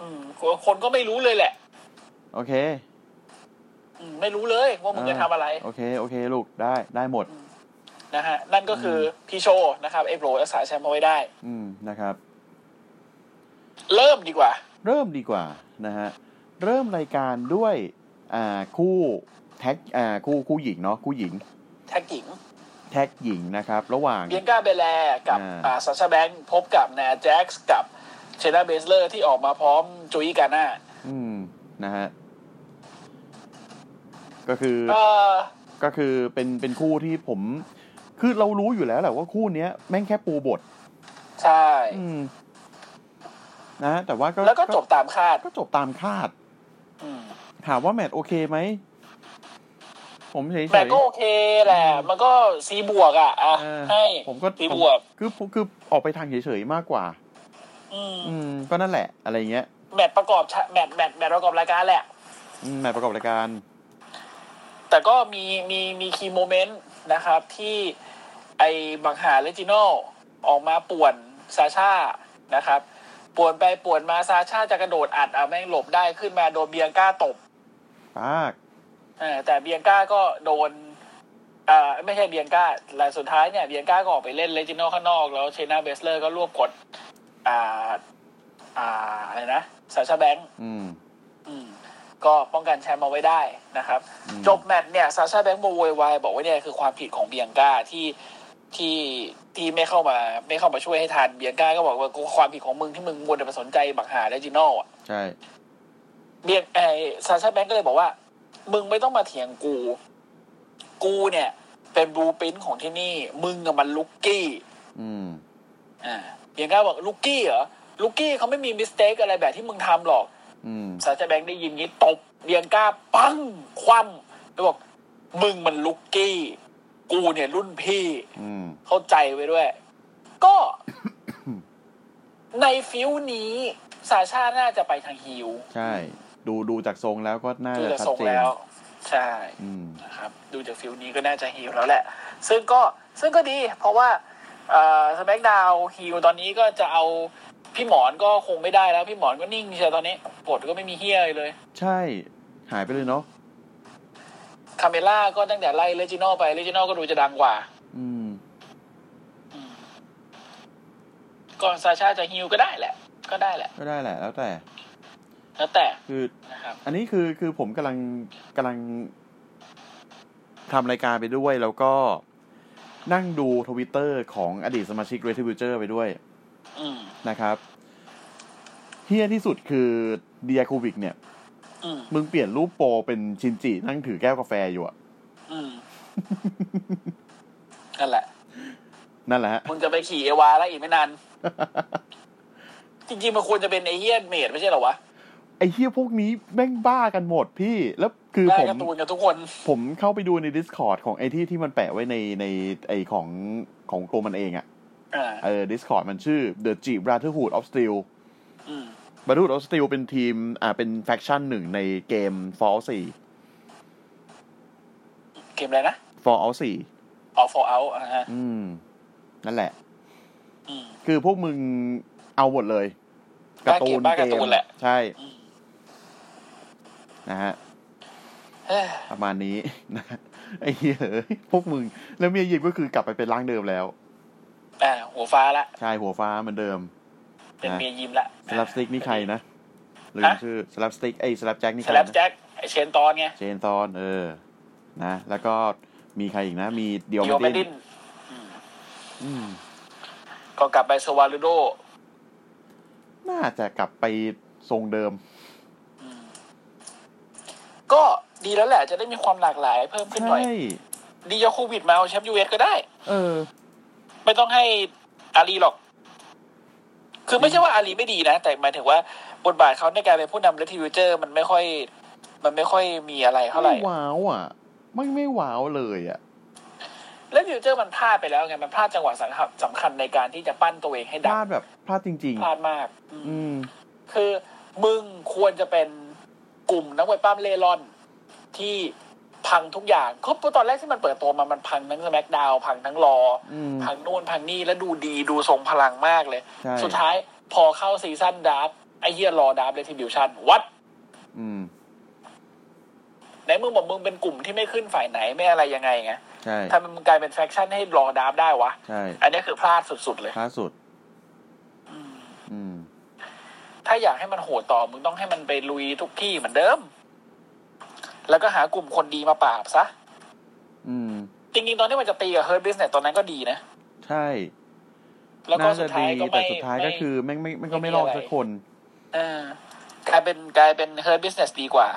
Speaker 3: อืมคนก็ไม่รู้เลยแหละ
Speaker 2: โอเค
Speaker 3: อืมไม่รู้เลยว่ามึงจะทำอะไร
Speaker 2: โอเค โอเค ลูก ได้ ได้หมด
Speaker 3: นะฮะ นั่นก็คืออพี่โชนะครับ เอฟโรรักษาแชมป์เอาไว้ได้
Speaker 2: อืม นะครับ
Speaker 3: เริ่มดีกว่า
Speaker 2: เริ่มดีกว่า นะฮะ เริ่มรายการด้วย อ่า คู่แท็ก อ่า คู่ คู่หญิงเนาะ คู่หญิง
Speaker 3: แท็กหญิง
Speaker 2: แท็กหญิงนะครับ ระหว่าง
Speaker 3: เบียงกาเบแลกับ
Speaker 2: อ่า
Speaker 3: อ่าซาชาแบงค์พบกับนาแจ็กซ์กับเชนาเบสเลอร์ที่ออกมาพร้อมจูอีกาน่า
Speaker 2: อืม นะฮะ ก็คือ
Speaker 3: เอ่อ
Speaker 2: ก็คือเป็น เป็นคู่ที่ผม คือเรารู้อยู่แล้วแหละว่าคู่เนี้ยแม่งแค่ปูบท
Speaker 3: ใช่
Speaker 2: อืม นะฮะแต่ว่าก็
Speaker 3: แล้วก็จบตามคาด
Speaker 2: ก็จบตามคาด
Speaker 3: อืม
Speaker 2: ถามว่าแมตช์โอเคไหม ผมเฉยๆ
Speaker 3: แต่ก็โอเคแหละ มันก็ซีบวกอ่ะอ่ะ
Speaker 2: เออ
Speaker 3: ให้
Speaker 2: ผมก็
Speaker 3: ตีบวก
Speaker 2: คือผมคือออกไปทางเฉยๆมากกว่า
Speaker 3: อืม
Speaker 2: อืม ก็นั่นแหละ อะไรเงี้ย
Speaker 3: แมตช์ประกอบฉะแมตช์แมตช์แมตช์ประกอบรายการแหละ
Speaker 2: อืมแมตช์ประกอบรายการ
Speaker 3: แต่ก็มีมีมีคีย์โมเมนต์นะครับที่ไอ้บังหาเลจิโนออกมาป่วนซาชานะครับ ป่วนไปป่วนมาซาชาจะกระโดดอัดเอาแม่งหลบได้ขึ้นมาโดนเบียงก้าตบ
Speaker 2: ปาก
Speaker 3: เออแต่เบียงก้าก็โดนเอ่อไม่ใช่เบียงก้าหลังสุดท้ายเนี่ยเบียงก้าก็ออกไปเล่นเลจิโนข้างนอก แล้วเชนาเบสเลอร์ก็รวบกดอ่าอ่าอะไรนะซาชาแบงค์
Speaker 2: อืม
Speaker 3: อืมก็ป้องกันแชมป์เอาไว้ได้นะครับ
Speaker 2: อืม
Speaker 3: จบแมตช์เนี่ยซาชาแบงค์โมโวยวายบอกว่าเนี่ยคือความผิดของเบียงก้าที่ที่ที่ไม่เข้ามาไม่เข้ามาช่วยให้ทันเบียงก้าก็บอกว่ากูความผิดของมึงที่มึงมัวแต่ไปสนใจบักหาและจิโน่อะ
Speaker 2: ใช่
Speaker 3: เบียงไอซาชาแบงค์ก็เลยบอกว่า มึงไม่ต้องมาเถียงกู กูเนี่ย เป็นบลูปรินท์ของที่นี่ มึงกับมันลุกกี้
Speaker 2: อืม
Speaker 3: อ่าเบียงก้าบอกลุกกี้เหรอลุกกี้เขาไม่มีมิสเตคอะไรแบบที่มึงทำหรอก
Speaker 2: อืม
Speaker 3: ซาชาแบงค์ได้ยินงี้ตบเบียงก้าปังคว่ำแล้วบอกมึงมันลุกกี้ กูเนี่ยรุ่นพี่
Speaker 2: อืม
Speaker 3: เข้าใจไว้ด้วย ก็ *coughs* ในฟิวนี้ซาชาน่าจะไปทางฮิว
Speaker 2: ใช่ ดูดูจากทรงแล้วก็น่า
Speaker 3: ดู
Speaker 2: จะชัด
Speaker 3: จากทรง
Speaker 2: เจน
Speaker 3: แล้ว ใช่
Speaker 2: อืม
Speaker 3: นะครับ ดูจากฟิวนี้ก็น่าจะฮิวแล้วแหละ ซึ่งก็ซึ่งก็ดี เพราะว่าสแมกดาวฮิวตอนนี้ก็จะเอาพี่หมอนก็คงไม่ได้แล้ว พี่หมอนก็นิ่งเชียวตอนนี้บทก็ไม่มีเฮียอะไรเลย
Speaker 2: ใช่ หายไปเลยเนาะ
Speaker 3: คาเมล่าก็ตั้งแต่ไล่เลจิโนไปเลจิโนก็ดูจะดังกว่า
Speaker 2: อืม
Speaker 3: ก่อนซาชาจะฮิวก็ได้แหละ ก็ได้แหละ
Speaker 2: ก็ได้แหละ แล้วแต่
Speaker 3: แล้วแต่
Speaker 2: คือ
Speaker 3: นะครับ
Speaker 2: อันนี้คือคือผมกำลังกำลังทำรายการไปด้วย แล้วก็นั่งดูทวิตเตอร์ของอดีตสมาชิก r e t r i b u t o r ไปด้วย
Speaker 3: อืม
Speaker 2: นะครับเฮี้ยที่สุดคือเดียคูวิกเนี่ย
Speaker 3: อืม
Speaker 2: มึงเปลี่ยนรูปโปรเป็นชินจิ นั่งถือแก้วกาแฟอยู่อะ
Speaker 3: อืมนั่นแหละ
Speaker 2: นั่นแหละฮะ
Speaker 3: มึงจะไปขี่เอวาแล้วอีกไม่นาน จริงๆมันควรจะเป็นไอเฮียนเมดไม่ใช่เหรอวะ
Speaker 2: ไอ้เฮี้ยพวกนี้แม่งบ้ากันหมดพี่ แล้วคือ
Speaker 3: ได้
Speaker 2: ผม
Speaker 3: การ์ตูนกับทุกคน
Speaker 2: ผมเข้าไปดูใน Discord ของไอ้ที่ที่มันแปะไว้ในในไอ้ของของตัวมันเองอะ
Speaker 3: อ่า
Speaker 2: เออ Discord มันชื่อ The G Brotherhood of Steel
Speaker 3: อืม
Speaker 2: Brotherhood of Steel เป็นทีม อ่าเป็นแฟคชั่นหนึ่งในเกม Fallout
Speaker 3: เกมอะไรนะ
Speaker 2: 4 Fallout 4
Speaker 3: ออฟฟอร์เอาอ่าฮะ
Speaker 2: อืม นั่นแหละ
Speaker 3: อืม
Speaker 2: คือพวกมึงเอาหมดเลยการ์ตูน
Speaker 3: บ้าเกมบ้าการ์ตูนแหละ
Speaker 2: ใช่ นะฮะ
Speaker 3: เอ้ย
Speaker 2: ประมาณนี้ *laughs* นะฮะไอ้เหี้ยเอ้ยพวกมึง แล้วเมียยิบก็คือกลับไปเป็นร่างเดิมแล้ว
Speaker 3: อ่าหัวฟ้าละ
Speaker 2: ใช่หัวฟ้าเหมือนเดิม
Speaker 3: เป็น
Speaker 2: นะ
Speaker 3: เมียยิมละ
Speaker 2: สลับสติ๊กนี่ใครนะลืมชื่อสลับสติ๊กไอ้สลับแจ็คนี่
Speaker 3: ส
Speaker 2: ใคร
Speaker 3: แลป
Speaker 2: นะ
Speaker 3: แจ็คไอเชนตอนไง
Speaker 2: เจนซอน เออ นะ แล้วก็มีใครอีกนะ มีเดียว
Speaker 3: โย
Speaker 2: ไม่
Speaker 3: แมด
Speaker 2: ดิ
Speaker 3: ดิ
Speaker 2: น
Speaker 3: น
Speaker 2: อืม
Speaker 3: ก็กลับไปสวาลูโด
Speaker 2: น่าจะกลับไปทรงเดิม
Speaker 3: ก็ดีแล้วแหละจะได้มีความหลากหลายเพิ่มขึ้นหน่
Speaker 2: ใช่
Speaker 3: อย ดียาโควิดมาเอาแชมป์ยูเอสก็ได้
Speaker 2: เออ
Speaker 3: ไม่ต้องให้อาลีหรอก คือไม่ใช่ว่าอาลีไม่ดีนะ แต่หมายถึงว่าบทบาทเขาในการเป็นผู้นำและทีวิเจอร์ มันไม่ค่อย มันไม่ค่อยมีอะไรเท่าไหร่
Speaker 2: ไม่ว้าวอ่ะ ไม่ไม่ว้าวเลยอ่ะ
Speaker 3: และทีวิเจอร์มันพลาดไปแล้วไงมันพลาดจังหวะสำคัญสำคัญในการที่จะปั้นตัวเองให้
Speaker 2: พ
Speaker 3: ดั
Speaker 2: ลาง ดแบบพลาดจริง
Speaker 3: พลาดมาก
Speaker 2: ๆ อืม
Speaker 3: คือมึงควรจะเป็นกลุ่มนักมวยปล้ำเล่ร่อนที่พ พังทุกอย่างก็ตอนแรกที่มันเปิดตัวมามันพังทั้งสแมกดาวพังทั้งรอ
Speaker 2: อืม
Speaker 3: พังนู่นพังนี่แล้วดูดีดูทรงพลังมากเลย
Speaker 2: ใช่
Speaker 3: สุดท้ายพอเข้าซีซั่นดาร์ฟไอเฮียรอดาร์ฟเรทิบิวชันวัด
Speaker 2: อืม
Speaker 3: ไหนมึงบอกมึงเป็นกลุ่มที่ไม่ขึ้นฝ่ายไหนไม่อะไรยังไงไง
Speaker 2: ใช่
Speaker 3: ทำไมมึงกลายเป็นแฟคชั่นให้รอดาร์ฟได้วะ
Speaker 2: ใช่
Speaker 3: อันนี้คือพลาดสุดๆเลย
Speaker 2: ล่าสุด อืม
Speaker 3: ถ้าอยากให้มันโหดต่อมึงต้องให้มันไปลุยทุกที่เหมือนเดิม แล้วก็หากลุ่มคนดีมาปราบซะ
Speaker 2: อืม
Speaker 3: จริงๆ ตอนที่มันจะตีกับเฮิร์บิสเนี่ยตอนนั้นก็ดีนะ
Speaker 2: ใช่
Speaker 3: แล้วก็
Speaker 2: น่า
Speaker 3: สุ
Speaker 2: จะ
Speaker 3: ดท้า
Speaker 2: ดี
Speaker 3: ยก็
Speaker 2: แต่
Speaker 3: ไม่
Speaker 2: สุดท้ายก็
Speaker 3: ไม่
Speaker 2: คือแม่งไม่แม่งก็
Speaker 3: ไม่
Speaker 2: ไม่
Speaker 3: มี
Speaker 2: รอด
Speaker 3: อะไร
Speaker 2: สักคน
Speaker 3: เออกลายเป็นกลายเป็นเฮิร์บิสเนสดีกว่า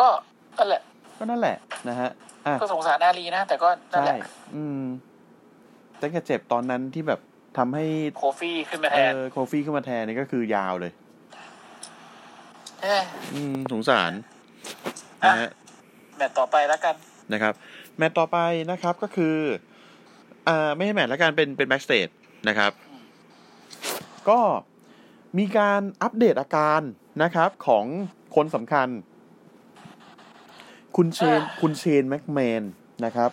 Speaker 3: ก็นั่นแหละ
Speaker 2: ก็นั่นแหละนะฮะ อ่ะ
Speaker 3: ก็สงสารนารีนะ แต่ก็นั่น
Speaker 2: ใช่
Speaker 3: แหละ
Speaker 2: อืมแต่กระเจ็บตอนนั้นที่แบบทำให้
Speaker 3: โคฟี่ขึ้นมา
Speaker 2: เอ
Speaker 3: แทน
Speaker 2: อโคฟี่ขึ้นมาแทนนี่ก็คือยาวเลย
Speaker 3: เอ้ย
Speaker 2: อืมสงสารนะฮะ
Speaker 3: แมตต์ต่อไปแล้วกัน
Speaker 2: นะครับแมตต์ต่อไปนะครับก็คืออ่าไม่ใช่แมตต์ละกันเป็นเป็นแบ็กสเตจนะครับ ก็มีการอัปเดตอาการนะครับของคนสำคัญ คุณเชน
Speaker 3: อ่า
Speaker 2: คุณเชนแม็กแมนนะครับ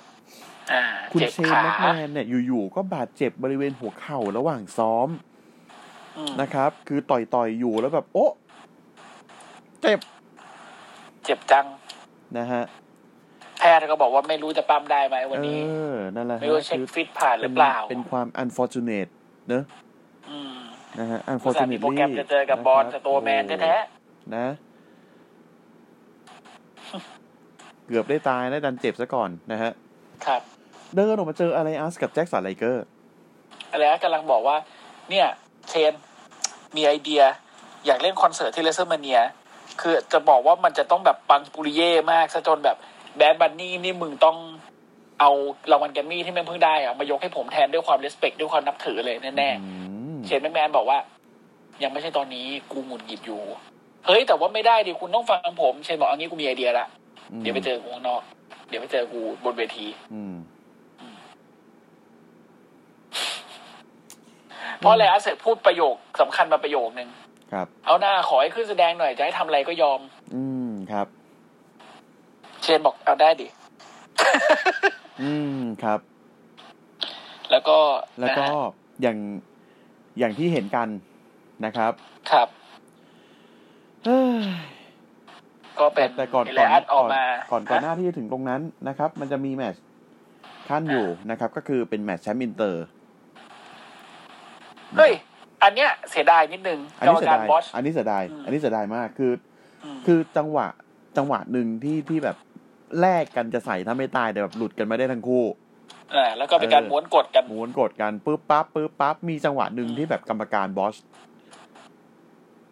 Speaker 3: อ่า
Speaker 2: คุณ
Speaker 3: เจ็บ
Speaker 2: เชน
Speaker 3: ขา
Speaker 2: แม็กแมนเนี่ยอยู่ๆก็บาดเจ็บบริเวณหัวเข่าระหว่างซ้อม
Speaker 3: อืม
Speaker 2: นะครับ คือต่อยต่อยๆอยู่แล้วแบบโอ๊ะเจ็บ
Speaker 3: เจ็บจัง
Speaker 2: นะฮะ
Speaker 3: แพทย์ก็บอกว่าไม่รู้จะปั๊มได้ไหมวัน
Speaker 2: เอ
Speaker 3: นี้
Speaker 2: อนั่นแหละฮะ
Speaker 3: ไม่รู้เช็ค
Speaker 2: คือ
Speaker 3: ฟิตผ่านหรือเปล่า
Speaker 2: เป็นความ unfortunate เนอะ
Speaker 3: อืม
Speaker 2: นะฮะอันฟอ
Speaker 3: อุ
Speaker 2: ร์
Speaker 3: ต
Speaker 2: จู
Speaker 3: ส่าห์
Speaker 2: เน
Speaker 3: มี
Speaker 2: ต
Speaker 3: โปรแกรมจะเจอกับบอลสโตแมนแท้
Speaker 2: นะ เกือบได้ตายนะดันเจ็บซะก่อนนะฮะ
Speaker 3: ๆครับ
Speaker 2: เดินออกมาเจออะไรอัสกับแจ็คสันไลเกอร์
Speaker 3: อะไรนะกำลังบอกว่า เนี่ยเชนมีไอเดีย อยากเล่นคอนเสิร์ตที่เลเซอร์มาเนีย คือจะบอกว่ามันจะต้องแบบปังปุริเย่มากซะจนแบบแบดบันนี่นี่มึงต้องเอารางวัลแกรมมี่ที่แม่งเพิ่งได้อะมายกให้ผมแทนด้วยความเลสเ c คด้วยความนับถือเลยแน่
Speaker 2: อืม
Speaker 3: ๆเชนแมนแมนบอกว่า ยังไม่ใช่ตอนนี้กูหมุนหงิดอยู่ เฮ้ย แต่ว่าไม่ได้ดิคุณต้องฟังผม เชนบอกเอางี้กูมีไอเดียละเดี๋ยวไปเจอกูข้างนอก เดี๋ยวไปเจอกูบนเวที
Speaker 2: อืม
Speaker 3: เพราะอะไรอาเสร็จพูดประโยคสำคัญมาประโยคนึง
Speaker 2: ครับ
Speaker 3: เอาหน้าขอให้ขึ้นแสดงหน่อย จะให้ทำอะไรก็ยอม
Speaker 2: อืมครับ
Speaker 3: เชนบอกเอาได้ดิ
Speaker 2: อืมครับ
Speaker 3: แล้วก็
Speaker 2: แล้วก็
Speaker 3: นะฮะ
Speaker 2: อย่างอย่างที่เห็นกันนะครับ
Speaker 3: ครับ
Speaker 2: เอ้ย
Speaker 3: ก็เป็น
Speaker 2: แต่ก่อน
Speaker 3: แล
Speaker 2: ก่อน
Speaker 3: อัดอ
Speaker 2: ก่
Speaker 3: อก
Speaker 2: อน
Speaker 3: มา
Speaker 2: ก่อนก่อนห
Speaker 3: ฮะ
Speaker 2: น้าที่จะถึงตรงนั้นนะครับ มันจะมีแมตช์ขั้นอยู่นะครับ ก็คือเป็นแมตช์แชมป์อินเตอร์
Speaker 3: เฮ้ย อันเนี้ยเสียดายนิดนึง
Speaker 2: อัน
Speaker 3: กรร
Speaker 2: นี้
Speaker 3: ม
Speaker 2: เสีย
Speaker 3: การ
Speaker 2: ดาย
Speaker 3: บอส
Speaker 2: อันนี้เสียดาย
Speaker 3: อืม
Speaker 2: อันนี้เสียดายมาก คือ
Speaker 3: ม
Speaker 2: คือจังหวะ จังหวะหนึ่งที่ที่แบบแลกกันจะใส่ถ้าไม่ตายแต่แบบหลุดกันไม่ได้ทั้งคู่
Speaker 3: ่าแล้วก็เป็นการ
Speaker 2: เออ
Speaker 3: ม้วนกดกัน
Speaker 2: ม้วนกดกันปึ๊บปั๊บปึ๊บปั๊บ มีจังหวะหนึ่ง
Speaker 3: อืม
Speaker 2: ที่แบบกรรมการบอส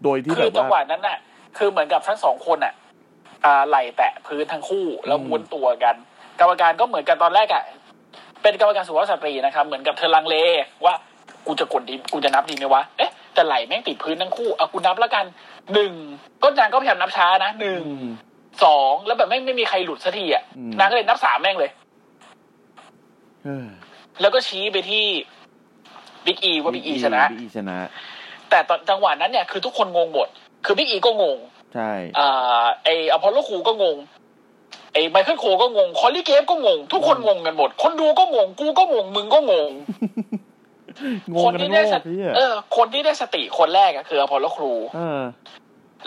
Speaker 2: โดยที่
Speaker 3: คื
Speaker 2: แบ
Speaker 3: อบ จังหวะ
Speaker 2: ว่า
Speaker 3: นั้นน่ะ คือเหมือนกับทั้งสองคนอ่ะ อ่าไหลแตะพื้นทั้งคู่ แล้ว
Speaker 2: อืม
Speaker 3: ม้วนตัวกัน กรรมการก็เหมือนกันตอนแรกอ่ะ เป็นกรรมการสุภาพสตรีนะครับ เหมือนกับเธอลังเลว่ากูจะกดดีกูจะนับดีไหมวะ เอ๊ะ แต่ไหลแม่งติดพื้นทั้งคู่อ่ะกูนับแล้วกันหนึ่งก็นางก็พยายามนับช้านะหนึ่ง
Speaker 2: อืม
Speaker 3: สองแล้วแบบไม่ไม่มีใครหลุดสักทีอ่ะ
Speaker 2: อืม
Speaker 3: นางก็เลยนับสามแม่งเลย
Speaker 2: เฮ้ย
Speaker 3: แล้วก็ชี้ไปที่บิ๊กอีว่าบิ๊กอีชนะ
Speaker 2: บิ๊กอีชนะ
Speaker 3: แต่ตอนจังหวะนั้นเนี่ยคือทุกคนงงหมด คือบิ๊กอีก็งง
Speaker 2: ใช่
Speaker 3: อ่าไออพอลโลครูก็งงไอไมเคิลโคก็งง คอลลี่เกฟก็งง ทุกคนงงกันหมด คนดูก็งง กูก็งง มึงก็งง
Speaker 2: ง
Speaker 3: ค
Speaker 2: ง
Speaker 3: น
Speaker 2: กันทั้
Speaker 3: ที่
Speaker 2: ง
Speaker 3: ได้
Speaker 2: โล
Speaker 3: ส
Speaker 2: ก
Speaker 3: ติ
Speaker 2: พี่
Speaker 3: เออ คนที่ได้สติคนแรกอะคืออพอลโลครู
Speaker 2: เออ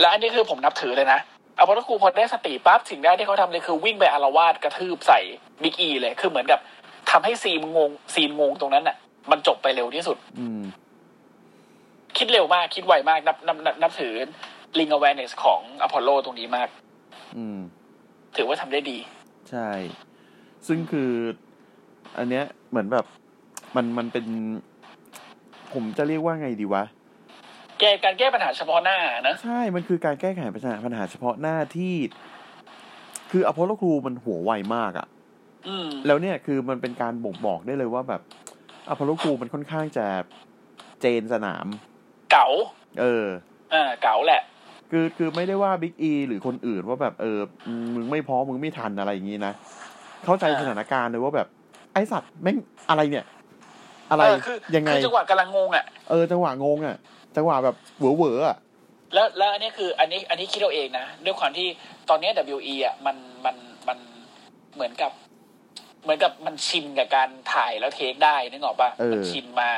Speaker 3: แล้วอันนี้คือผมนับถือเลยนะเอาพอลครูพอได้สติปั๊บสิ่งแรกที่เขาทำเลยคือวิ่งไปอารวาสกระทืบใส่บิ๊กอีเลย คือเหมือนกับทำให้ซีนงงซีนงงตรงนั้นน่ะ มันจบไปเร็วที่สุด
Speaker 2: อืม
Speaker 3: คิดเร็วมากคิดไวมากนับนับนับนับถือลิง awareness ของอพอลโลตรงนี้มาก
Speaker 2: อืม
Speaker 3: ถือว่าทำได้ดี
Speaker 2: ใช่ ซึ่งคือ อันเนี้ยเหมือนแบบ มันมันเป็น ผมจะเรียกว่าไงดีวะ
Speaker 3: แก้การแก้ปัญหาเฉพาะหน้านะ
Speaker 2: ใช่ มันคือการแก้ไขปัญหาปัญหาเฉพาะหน้าที่ คืออพอลโลครูมันหัวไวมากอะ่ะ
Speaker 3: อืม
Speaker 2: แล้วเนี่ยคือมันเป็นการบ่งบอกได้เลยว่าแบบอพอลโลครูมันค่อนข้างจะเจนสนาม
Speaker 3: เก๋า
Speaker 2: เออ
Speaker 3: อ่าเก๋าแหละ
Speaker 2: คือคือไม่ได้ว่าบิ๊กอีหรือคนอื่นว่าแบบเออ มึงไม่พร้อมมึงไม่ทันอะไรอย่างนี้นะ เข้าใจสถานการณ์เลยว่าแบบ ไอสัตว์แม่งอะไรเนี่ย อะไร
Speaker 3: เออคือ
Speaker 2: ยังไง
Speaker 3: คือจังหวะกำลังงงอ่ะ
Speaker 2: เออจังหวะงงอะ่ะ จังหวะแบบเหวอเหวอๆอ่ะ
Speaker 3: แล้วแล้วอันนี้คืออันนี้อันนี้คิดเราเองนะด้วยความที่ตอนเนี้ย WE อ่ะมันมันมันเหมือนกับ เหมือนกับมันชินกับการถ่ายแล้วเทคได้นึกออกปะ
Speaker 2: เออ
Speaker 3: มันชินมา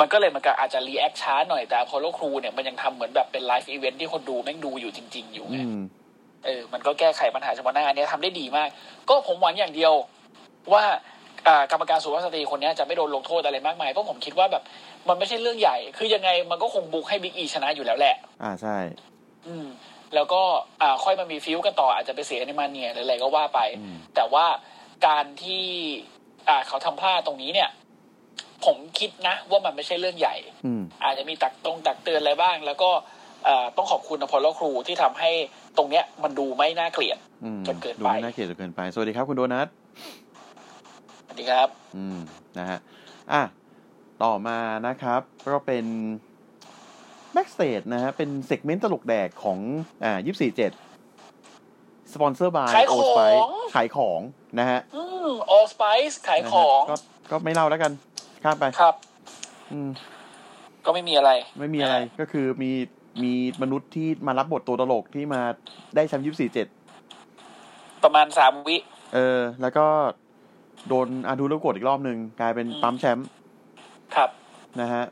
Speaker 3: มันก็เลยมันก็อาจจะรีแอคช้าหน่อยแต่พอโลครูเนี่ยมันยังทำเหมือนแบบเป็นไลฟ์อีเวนท์ที่คนดูแม่งดูอยู่จริง ๆ อยู่ไง
Speaker 2: อืม
Speaker 3: เออ มันก็แก้ไขปัญหาเฉพาะหน้าอันเนี้ยทำได้ดีมาก ก็ผมหวังอย่างเดียว ว่าอ่ากรรมการสุภาพสตรีคนเนี้ยจะไม่โดนลงโทษอะไรมากมาย เพราะผมคิดว่าแบบ มันไม่ใช่เรื่องใหญ่ คือยังไงมันก็คงบุกให้บิ๊กอีชนะอยู่แล้วแหละ
Speaker 2: อ่าใช่
Speaker 3: อืม แล้วก็อ่าค่อยมามีฟิวกันต่ออาจจะไปเสียในมาเนียหรืออะไรก็ว่าไป
Speaker 2: อืม
Speaker 3: แต่ว่าการที่อ่าเขาทำพลาดตรงนี้เนี่ย ผมคิดนะว่ามันไม่ใช่เรื่องใหญ่
Speaker 2: อืม
Speaker 3: อาจจะมีตักตรงตักเตือนอะไรบ้าง แล้วก็เอ่อต้องขอบคุณอพอลโลครูที่ทำให้ตรงเนี้ยมันดูไม่น่าเกลียด
Speaker 2: อืม
Speaker 3: จนเกินไป
Speaker 2: ดูม่น่าเกลียดจนเกินไป สวัสดีครับคุณโดนัท
Speaker 3: สวัสดีครับ
Speaker 2: อืม นะฮะ อ่ะ ต่อมานะครับ ก็เป็นแบ็กสเตจนะฮะ เป็นเซกเมนต์ตลกแดกของ อ่ายี่สี่เจ็ดสปอนเซอร์บาย
Speaker 3: ขาย
Speaker 2: โอ
Speaker 3: ของ
Speaker 2: สไปขายของนะฮะ
Speaker 3: อืม all spice ขายของ
Speaker 2: นะฮะก็ก็ไม่เล่าแล้วกัน ข้ามไป
Speaker 3: ครับ
Speaker 2: อืม
Speaker 3: ก็ไม่มีอะไร
Speaker 2: ไม่มีอะไร ก็คือมี มีมนุษย์ที่มารับบทตัวตลกที่มาได้แชมป์ยี่สี่เจ็ด
Speaker 3: ประมาณสามวิ
Speaker 2: เออ แล้วก็โดนอาดูแล้วกดอีกรอบหนึ่งกลายเป็น
Speaker 3: อืม
Speaker 2: ปั๊มแชมป์
Speaker 3: ครับ
Speaker 2: นะฮะ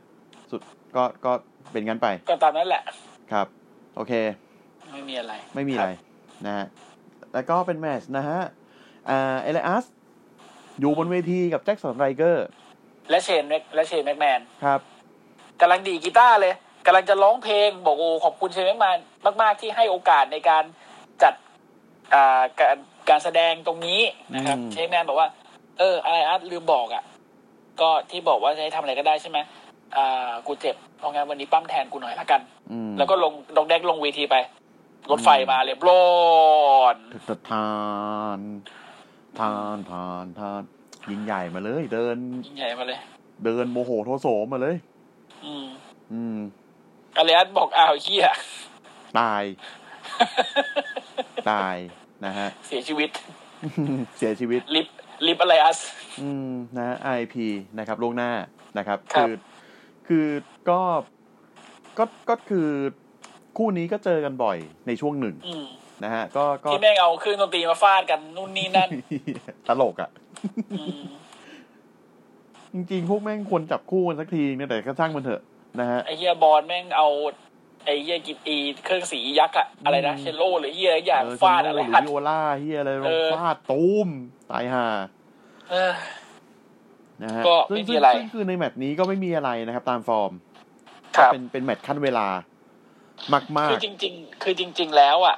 Speaker 2: สุดก็ก็เป็นงั้นไป
Speaker 3: ก็ตามนั้นแหละ
Speaker 2: ครับ โอเค
Speaker 3: ไม่มีอะไร
Speaker 2: ไม่มีอะไร
Speaker 3: คบ
Speaker 2: นะฮะ แล้วก็เป็นแมตชนะฮะอ่าเอเลอัสอยู่บนเวทีกับแจ็คสันไรเกอร์
Speaker 3: และเชนแม็กและเชนแม็กแมน
Speaker 2: ครับ
Speaker 3: กำลังดีดกีตาร์เลยกำลังจะร้องเพลง บอกโอ้ขอบคุณเชนแม็กแมนมากๆที่ให้โอกาสในการจัดอ่าการการแสดงตรงนี้นะครับ
Speaker 2: อืม
Speaker 3: เชนแม็กแมนบอกว่า เอออะไรอาร์ตลืมบอกอ่ะ ก็ที่บอกว่าจะให้ทำอะไรก็ได้ใช่ไหมอ่า กูเจ็บเพราะงั้นวันนี้ปั้มแทนกูหน่อยละกัน
Speaker 2: อืม
Speaker 3: แล้วก็ลงดองแดกลงเวทีไป รถไฟมาเลยโบรอน
Speaker 2: ททานทานทานทานยิงใหญ่มาเลย เดิน
Speaker 3: ยิ่งใหญ่มาเลย
Speaker 2: เดินโมโหโทโสมมาเลย
Speaker 3: อืม
Speaker 2: อืม
Speaker 3: อาริอัสบอกอ้าวเฮีย *laughs*
Speaker 2: ตายตายนะ *laughs* ฮะ
Speaker 3: เสียชีวิต
Speaker 2: เสียชีวิต
Speaker 3: ลิฟลิฟอะไรอัส
Speaker 2: อืมนะ IP นะครับล่วงหน้านะครับ
Speaker 3: ครับ
Speaker 2: คือคือก็ก็ก็คือคู่นี้ก็เจอกันบ่อยในช่วงหนึ่ง
Speaker 3: อืม
Speaker 2: นะฮะ ก็ก็
Speaker 3: ที่แม่งเอาเครื่องดนตรีมาฟาดกันนู่นนี่นั่น
Speaker 2: *laughs*
Speaker 3: *laughs*
Speaker 2: ตลกอะ่ะ
Speaker 3: อืม
Speaker 2: จริงๆ พวกแม่งควรจับคู่กันสักทีเนี่ยแต่ก็ช่างมันเถอะนะฮะ
Speaker 3: ไอเฮียบอลแม่งเอา ไอเฮียกิตอีเครื่องสียักษ์อะอะไรนะ
Speaker 2: อืม
Speaker 3: เชลโลหรือเฮียอะไรอย่าง
Speaker 2: เออ
Speaker 3: ฟาด
Speaker 2: เจ
Speaker 3: อะ
Speaker 2: โน่หรือ
Speaker 3: ไรหัด
Speaker 2: วิโอล่าเฮียอะไรล
Speaker 3: เองอ
Speaker 2: ฟาดตูมตายห่า
Speaker 3: *laughs* เออ
Speaker 2: นะฮะ
Speaker 3: ก็
Speaker 2: ซึ่ง
Speaker 3: ไม่มี
Speaker 2: ซึ่ง
Speaker 3: อะไร
Speaker 2: ซึ่งคือในแมตช์นี้ก็ไม่มีอะไรนะครับ ตามฟอร์ม
Speaker 3: ครับ
Speaker 2: เป็นเป็นแมตช์ขั้นเวลามาก
Speaker 3: คือจริง ๆ คือจริง ๆ แล้วอะ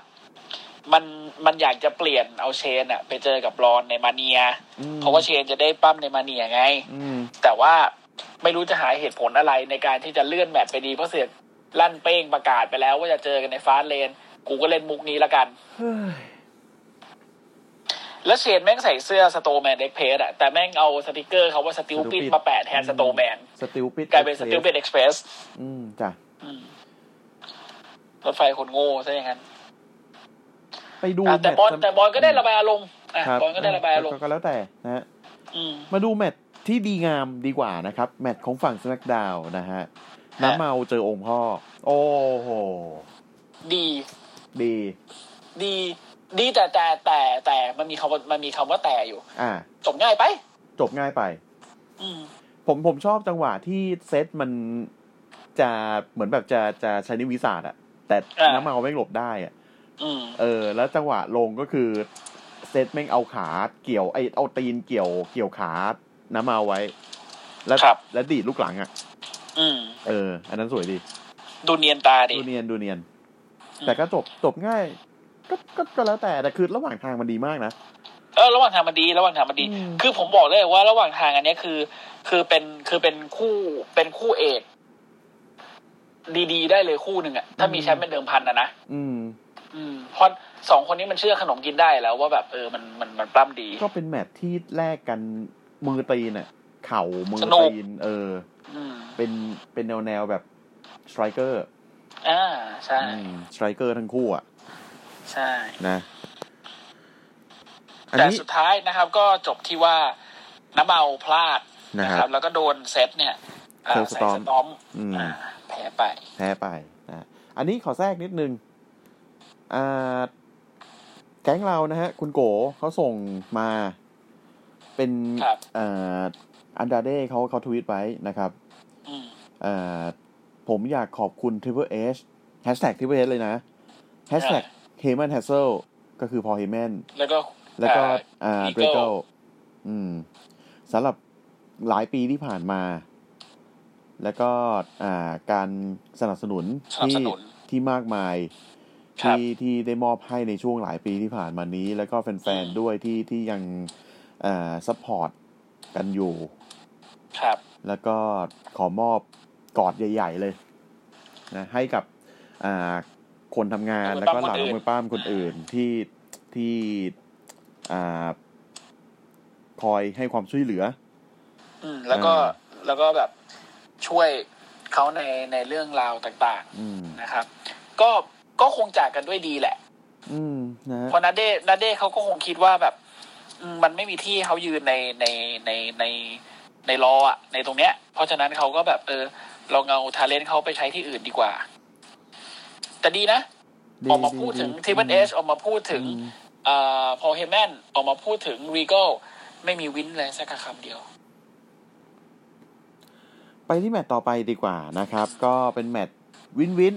Speaker 3: มันมันอยากจะเปลี่ยนเอาเชนอะไปเจอกับบรอนในมาเนีย
Speaker 2: ๆอืม
Speaker 3: เพราะว่าเชนจะได้ปั้มในมาเนียไง
Speaker 2: อืม
Speaker 3: แต่ว่าไม่รู้จะหาเหตุผลอะไรในการที่จะเลื่อนแมตช์ไปดีเพราะเสือกลั่นเป้งประกาศไปแล้วว่าจะเจอกันในฟาสต์เลน กูก็เล่นมุกนี้ละกัน
Speaker 2: เฮ้ย
Speaker 3: แล้วเชนแม่งใส่เสื้อสโตแมนเอ็กเพสอะแต่แม่งเอาสติกเกอร์เขาว่าสติลปิดมาแปะแทนสโตแมน
Speaker 2: สติลปิด
Speaker 3: กลายเป็นสติลปิดเอ็กเพรส
Speaker 2: อืมจ้ะ
Speaker 3: รถไฟคนโง่ซะอย่างนั้น
Speaker 2: ไปดู
Speaker 3: อ่ะแต่บอล
Speaker 2: มช์
Speaker 3: แต่บอลก็ได้ระบายอารมณ์อ่ะ
Speaker 2: ครับ
Speaker 3: บอลก็ได้ระบายอารมณ์
Speaker 2: ก็ก็แล้วแต่นะฮะ
Speaker 3: อืม
Speaker 2: มาดูแมตช์ที่ดีงามดีกว่านะครับ แมตช์ของฝั่งส c k กดาวนะฮะ
Speaker 3: ฮะ
Speaker 2: น้ำเมาเจอองค์พ่อ โอ้โห
Speaker 3: ดี
Speaker 2: ดี
Speaker 3: ดีดีแต่แต่แต่แต่มันมีคำว่ามันมีคำว่าแต่อยู่
Speaker 2: อ่ะ
Speaker 3: จบง่ายไป
Speaker 2: จบง่ายไป
Speaker 3: อืม
Speaker 2: ผมผมชอบจังหวะที่เซตมันจะเหมือนแบบจะจะใช้นิววิสาดอะแต่
Speaker 3: อ่ะ
Speaker 2: น้ำเมาไม่งหลบได้อะ
Speaker 3: อืม
Speaker 2: เออแล้วจังหวะลงก็คือ เซตแม่งเอาขาเกี่ยวไอเอาตีนเกี่ยวเกี่ยวขาน้ำมาไว้ แล้ว
Speaker 3: ครับ
Speaker 2: แล้วดีดลูกหลังอ่ะ
Speaker 3: อืม
Speaker 2: เอออันนั้นสวยดี
Speaker 3: ดูเนียนตาดิ
Speaker 2: ดูเนียนดูเนียน
Speaker 3: อืม
Speaker 2: แต่ก็จบจบง่าย ก็ก็ก็แล้วแต่แต่คือระหว่างทางมันดีมากนะ
Speaker 3: เออระหว่างทางมันดีระหว่างทางมันดี
Speaker 2: อืม
Speaker 3: คือผมบอกเลยว่าระหว่างทางอันเนี้ยคือ คือเป็นคือเป็นคู่เป็นคู่เอก ดีๆ ได้เลยคู่หนึ่งอะถ้ามีแชมป์เป็นเดิมพันนะนะ
Speaker 2: อืม
Speaker 3: อืมเพราะสองคนนี้มันเชื่อขนมกินได้แล้วว่าแบบเออมันมันมันปล้ำดี
Speaker 2: ก็เป็นแมตช์ที่แลกกันมือตีนอ่ะ เข่ามือ
Speaker 3: สนุก
Speaker 2: ตีน เออ
Speaker 3: อืม
Speaker 2: เป็นเป็นแนวแนวแบบสไตรเกอร์
Speaker 3: อ่าใช่
Speaker 2: สไตรเกอร์ทั้งคู่อ่ะ
Speaker 3: ใช่
Speaker 2: นะอัน
Speaker 3: แต่
Speaker 2: นี้
Speaker 3: สุดท้ายนะครับ ก็จบที่ว่าน้ำเมาพลาด
Speaker 2: นะ
Speaker 3: นะ
Speaker 2: ค
Speaker 3: ครั
Speaker 2: รับ
Speaker 3: บ แล้วก็โดนเซตเนี่ยอ่า
Speaker 2: เซตส
Speaker 3: ใส่
Speaker 2: ตอม
Speaker 3: สตอม
Speaker 2: อืม
Speaker 3: อ่าแพ้ไป
Speaker 2: แพ้ไปนะ อันนี้ขอแทรกนิดนึงอ่าแก๊งเรานะฮะ คุณโกเขาส่งมาเป็น
Speaker 3: ครับ
Speaker 2: อ่าอันดาเด้เขาเขาทวีตไว้นะครับ
Speaker 3: อืม
Speaker 2: เอ่อผมอยากขอบคุณ Triple H แฮชแท็ก Triple H เลยนะ แฮชแท็ก Heyman Hassel ก็คือพอ Heyman
Speaker 3: แล้วก็
Speaker 2: แล้วก็
Speaker 3: เอ่อ
Speaker 2: อ่า
Speaker 3: Regal
Speaker 2: เบรเกลอืมสำหรับหลายปีที่ผ่านมา แล้วก็อ่าการสนับสนุน
Speaker 3: สนับ
Speaker 2: ที่
Speaker 3: สนุน
Speaker 2: ที่มากมาย
Speaker 3: ครับ
Speaker 2: ที่ที่ได้มอบให้ในช่วงหลายปีที่ผ่านมานี้ แล้วก็แฟนๆด้วยที่ที่ยังอ่าซัพพอร์ตกันอยู่
Speaker 3: ครับ
Speaker 2: แล้วก็ขอมอบกอดใหญ่ ๆ เลยนะให้กับอ่าคนทำงาน
Speaker 3: น้องมวย
Speaker 2: แล้วก็เหล่า
Speaker 3: ปั้มคนอื่
Speaker 2: น้อง
Speaker 3: น
Speaker 2: มวยป้ามคนอื่นที่ที่อ่าคอยให้ความช่วยเหลือ
Speaker 3: อืม แล้วก็
Speaker 2: อ่า
Speaker 3: แล้วก็แบบช่วยเขาในในเรื่องราวต่าง
Speaker 2: อืม
Speaker 3: ๆนะครับ ก็ก็คงจากกันด้วยดีแหละ
Speaker 2: อืมนะฮะ
Speaker 3: เพราะนาเดนาเดเขาก็คงคิดว่าแบบอืมมันไม่มีที่ให้เขายืนในในในในในรออะในตรงเนี้ย เพราะฉะนั้นเขาก็แบบเออเราเอาทาเลนเขาไปใช้ที่อื่นดีกว่า แต่ดีนะ
Speaker 2: ดี
Speaker 3: ออกมาพูดถึงที b ันเอชออกมาพูดถึง
Speaker 2: อืม
Speaker 3: เอ่อพอเฮแมนออกมาพูดถึงรีโกไม่มีวินเลยสักคำเดียว
Speaker 2: ไปที่แมตตช์ต่อไปดีกว่านะครับ ก็เป็นแมตตช์วินวิน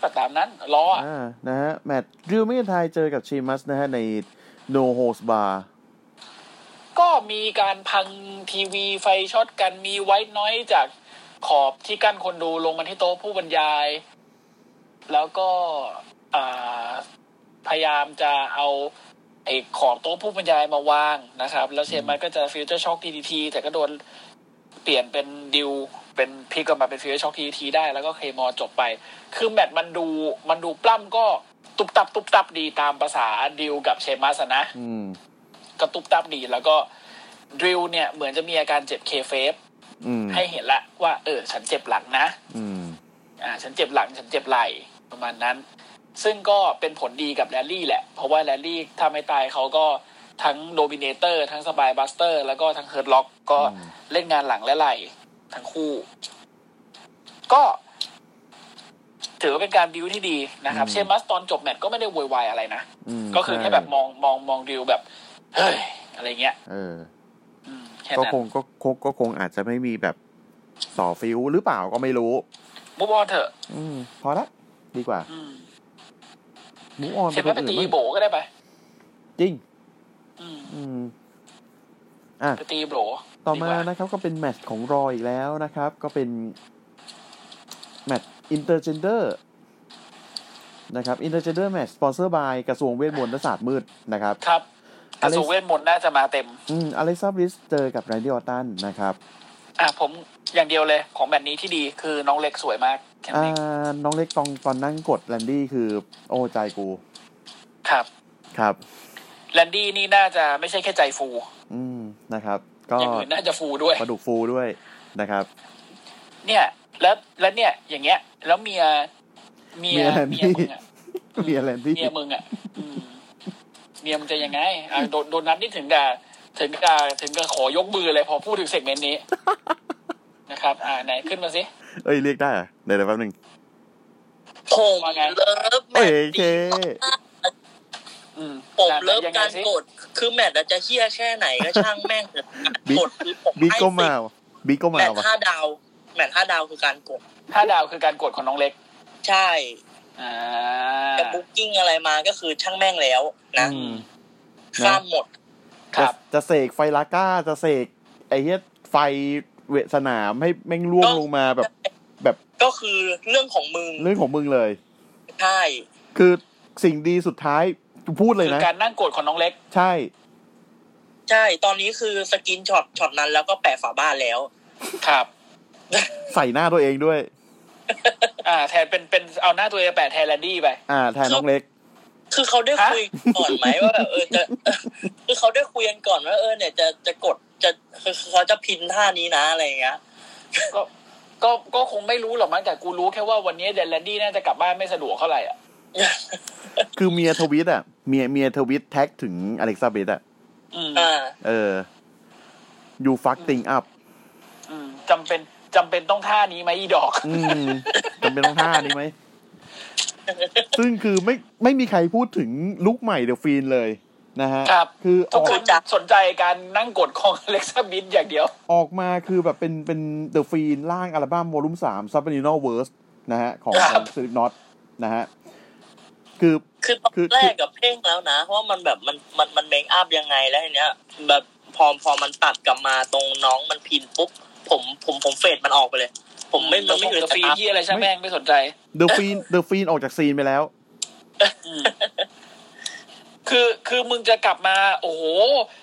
Speaker 3: แต่ตามนั้นรออะ
Speaker 2: อ่านะฮะแมตตช์ริวมิกันไทยเจอกับชีมัสนะฮะในโนโฮสบาร์
Speaker 3: ก็มีการพังทีวีไฟช็อตกันมีไว้น้อยจากขอบที่กั้นคนดูลงมาที่โต๊ะผู้บรรยาย แล้วก็อ่าพยายามจะเอาไอ้ขอบโต๊ะผู้บรรยายมาวางนะครับ แล้วเชนมันก็จะฟิวเจอร์ช็อคทีทีแต่ก็โดนเปลี่ยนเป็นดิวเป็นพลิกกลับมาเป็นฟิวเจอร์ช็อคทีทีได้แล้วก็เคมอจบไป คือแมตช์มันดูมันดูปล้ำก็ตุบตับตุบตับดีตามภาษาดิวกับเชมัสอะนะ
Speaker 2: อืม
Speaker 3: กระตุบตับดีแล้วก็ดริลเนี่ยเหมือนจะมีอาการเจ็บเคเฟฟ
Speaker 2: อืม
Speaker 3: ให้เห็นละว่า เออ ฉันเจ็บหลังนะ
Speaker 2: อืม
Speaker 3: อ่า ฉันเจ็บหลัง ฉันเจ็บไหล่ประมาณนั้น ซึ่งก็เป็นผลดีกับแรลลี่แหละ เพราะว่าแรลลี่ถ้าไม่ตายเขาก็ทั้งโดมิเนเตอร์ ทั้งสบายบัสเตอร์ แล้วก็ทั้งเฮิร์ดล็อกก็
Speaker 2: อืม
Speaker 3: เล่นงานหลังและไหล่ทั้งคู่ ก็ ถือว่าเป็นการบิวที่ดีนะครับ เชมัสตอนจบแมตช์ก็ไม่ได้โวยวายอะไรนะ
Speaker 2: ม
Speaker 3: ก็คือแค่แบบมองมองมองดิวแบบ เฮ้ยอะไรเงี้ย
Speaker 2: เออ
Speaker 3: อืมแค่
Speaker 2: ก็
Speaker 3: นั้น
Speaker 2: คงก็คงก็คงอาจจะไม่มีแบบต่อฟิวหรือเปล่าก็ไม่รู้
Speaker 3: มูฟออนเถอะ
Speaker 2: อืม พอละ ดีกว่ามูออน
Speaker 3: เห็นไหมไปตี
Speaker 2: บ้าง
Speaker 3: โบก็ได้ไป
Speaker 2: จริง
Speaker 3: อืม
Speaker 2: อืม อ่ะ
Speaker 3: ไปตีโบ
Speaker 2: ต่อมา
Speaker 3: ดีกว่
Speaker 2: นะครับ ก็เป็นแมตช์ของรออีกแล้วนะครับ ก็เป็น แมตช์อินเตอร์เจนเดอร์นะครับอินเตอร์เจนเดอร์แมตช์สปอนเซอร์บายกระทรวงเวทมนต์และศาสตร์มืดนะครับ
Speaker 3: ครับก
Speaker 2: อ
Speaker 3: ระ
Speaker 2: เล็กซ์
Speaker 3: ทรวงเวทมนต์น่าจะมาเต็ม
Speaker 2: อืมอเล็กซ่าบริสเจอกับแรนดี้ออตตันนะครับ
Speaker 3: อ่ะผมอย่างเดียวเลย ของแบบนี้ที่ดีคือน้องเล็กสวยมากแค่นั้น
Speaker 2: อ่
Speaker 3: เอง
Speaker 2: า น้องเล็กตอนตอนนั่งกดแรนดี้คือ โอ้ใจกู
Speaker 3: ครับ
Speaker 2: ครับ
Speaker 3: แลนดี้นี่น่าจะไม่ใช่แค่ใจฟู
Speaker 2: อืมนะครับ ก็
Speaker 3: อย่างอื่นน่าจะฟูด้วย
Speaker 2: ปลาดุกฟูด้วยนะครับ
Speaker 3: เนี่ยแล้วแล้วเนี่ยอย่างเงี้ย แล้วเมียเมีย
Speaker 2: เมี
Speaker 3: เมี
Speaker 2: ย
Speaker 3: ย
Speaker 2: แลนดี้
Speaker 3: มึงอ่ะ
Speaker 2: เมียแลนดี้
Speaker 3: เมียมึงอ่ะอืมเมียมึงจะยังไงอ่ะโดนโดนนัดนี่ถึงกับถึงกับถึงกับขอยกมือเลยพอพูดถึงเซกเมนต์นี้ นะครับ อ่าไหนขึ้นมาสิ
Speaker 2: เอ้ย เรียกได้เหรอะเดี๋ยวเดี๋ยวแป๊บหนึง
Speaker 4: ผม
Speaker 3: ว่าไง
Speaker 4: เลิฟแม
Speaker 2: เอ้
Speaker 4: ต
Speaker 2: ย
Speaker 4: ช์
Speaker 2: เค
Speaker 4: นี้
Speaker 3: อืม
Speaker 4: ผม
Speaker 3: อ่ะ
Speaker 4: เลิฟ
Speaker 3: ยังไง
Speaker 4: การ
Speaker 3: สิ
Speaker 4: กด คือแมตช์อาจจะเฮี้ยแค่ไหนก็ช่างแม่งแต่การ
Speaker 2: บิ๊ก
Speaker 4: กดคือผม
Speaker 2: บิ๊ก
Speaker 4: ให้
Speaker 2: ก็
Speaker 4: สิ
Speaker 2: มา
Speaker 4: บ
Speaker 2: วะบิ๊กก็
Speaker 4: แม
Speaker 2: มา
Speaker 4: ตช์
Speaker 2: วะ
Speaker 4: ห้าดาวแมตช์ห้าดาวคือการกด
Speaker 3: ห้าดาวคือการกดของน้องเล็ก
Speaker 4: ใช่
Speaker 3: อ่า
Speaker 4: แต่บุ๊กิ้งอะไรมาก็คือช่างแม่งแล้วนะ
Speaker 2: อืม
Speaker 4: ข้ามหมด
Speaker 3: ครับ
Speaker 2: จะจะเสกไฟลาก้า จะเสกไอ้เหี้ยไฟเวทสนามให้แม่งล่วง
Speaker 4: ก็
Speaker 2: ลงมาแบบแบบ
Speaker 4: ก็คือเรื่องของมึง
Speaker 2: เรื่องของมึงเลย
Speaker 4: ใช่
Speaker 2: คือสิ่งดีสุดท้ายพูดเลย
Speaker 3: คือ
Speaker 2: นะ
Speaker 3: การนั่งกดของน้องเล็ก
Speaker 2: ใช่
Speaker 4: ใช่ตอนนี้คือสกินช็อตช็อตนั้นแล้วก็แปะฝาบ้านแล้ว
Speaker 3: ครับ
Speaker 2: ใส่หน้าตัวเองด้วย
Speaker 3: อ่า แทนเป็นเป็นเอาหน้าตัวเองแปะแทนแลนดี้ไป
Speaker 2: อ่าแทนน้องเล็ก
Speaker 4: คือเขาได้คุยก่อนไหมว่าแบบเออจะ *laughs* คือเขาได้คุยกันก่อนว่าเออเนี่ยจะจะกดจะคือคือเขาจะพินท่านี้นะอะไรอย่างเงี้ย
Speaker 3: ก็ ก็ ก็คงไม่รู้หรอกมั้งแต่กูรู้แค่ว่าวันนี้เดนแลนดี้น่าจะกลับบ้านไม่สะดวกเท่าไหร่อ่ะ
Speaker 2: คือเมียทวิตอ่ะเมียเมียทวิตแท็กถึงอเล็กซาเบธอ่ะ
Speaker 3: อืม
Speaker 4: อ่า
Speaker 2: เออ you fuck thing up
Speaker 3: อืมจำเป็น จำเป็นต้องท่านี้ไหมอีดอก
Speaker 2: อืมจำเป็นต้องท่านี้ไห
Speaker 3: *laughs*
Speaker 2: ม ซึ่งคือไม่ไม่มีใครพูดถึงลุกใหม่เดอะฟีนเลยนะฮะ
Speaker 3: ครับ
Speaker 2: คืออ
Speaker 3: ทุก
Speaker 2: อก
Speaker 3: คนสนใจการนั่งกดของ *laughs* อเล็กซ i าบิทอย่างเดียว
Speaker 2: ออกมาคือแบบเป็นเป็นเดอะฟีนร่างอัลบั้มวอลุ่มสามซับเปนิโนเวิร์สนะฮะ ของ
Speaker 3: ครับ
Speaker 2: สลิปน็อตนะฮะ คือ
Speaker 4: คือตอน
Speaker 2: คือ
Speaker 4: แรกกับเพลงแล้วนะ เพราะว่ามันแบบมันมันมันเมคอัพยังไงแล้วทีเนี้ย แบบพอพอมันตัดกลับมาตรงน้องมันพินปุ๊บผมผมผมเฟดมันออกไปเลย ผมไม่มันไม่อยู่ใน
Speaker 3: ระบบ
Speaker 4: ส
Speaker 3: ฟรี
Speaker 4: ตาร์ท
Speaker 3: ที่อะไรช่าง
Speaker 2: ไม่
Speaker 3: แม่งไม่สนใจ
Speaker 2: เดอะ
Speaker 3: *laughs*
Speaker 2: ฟีนเดอะฟีนออกจากซีนไปแล้ว
Speaker 3: คือคือมึงจะกลับมา โอ้โห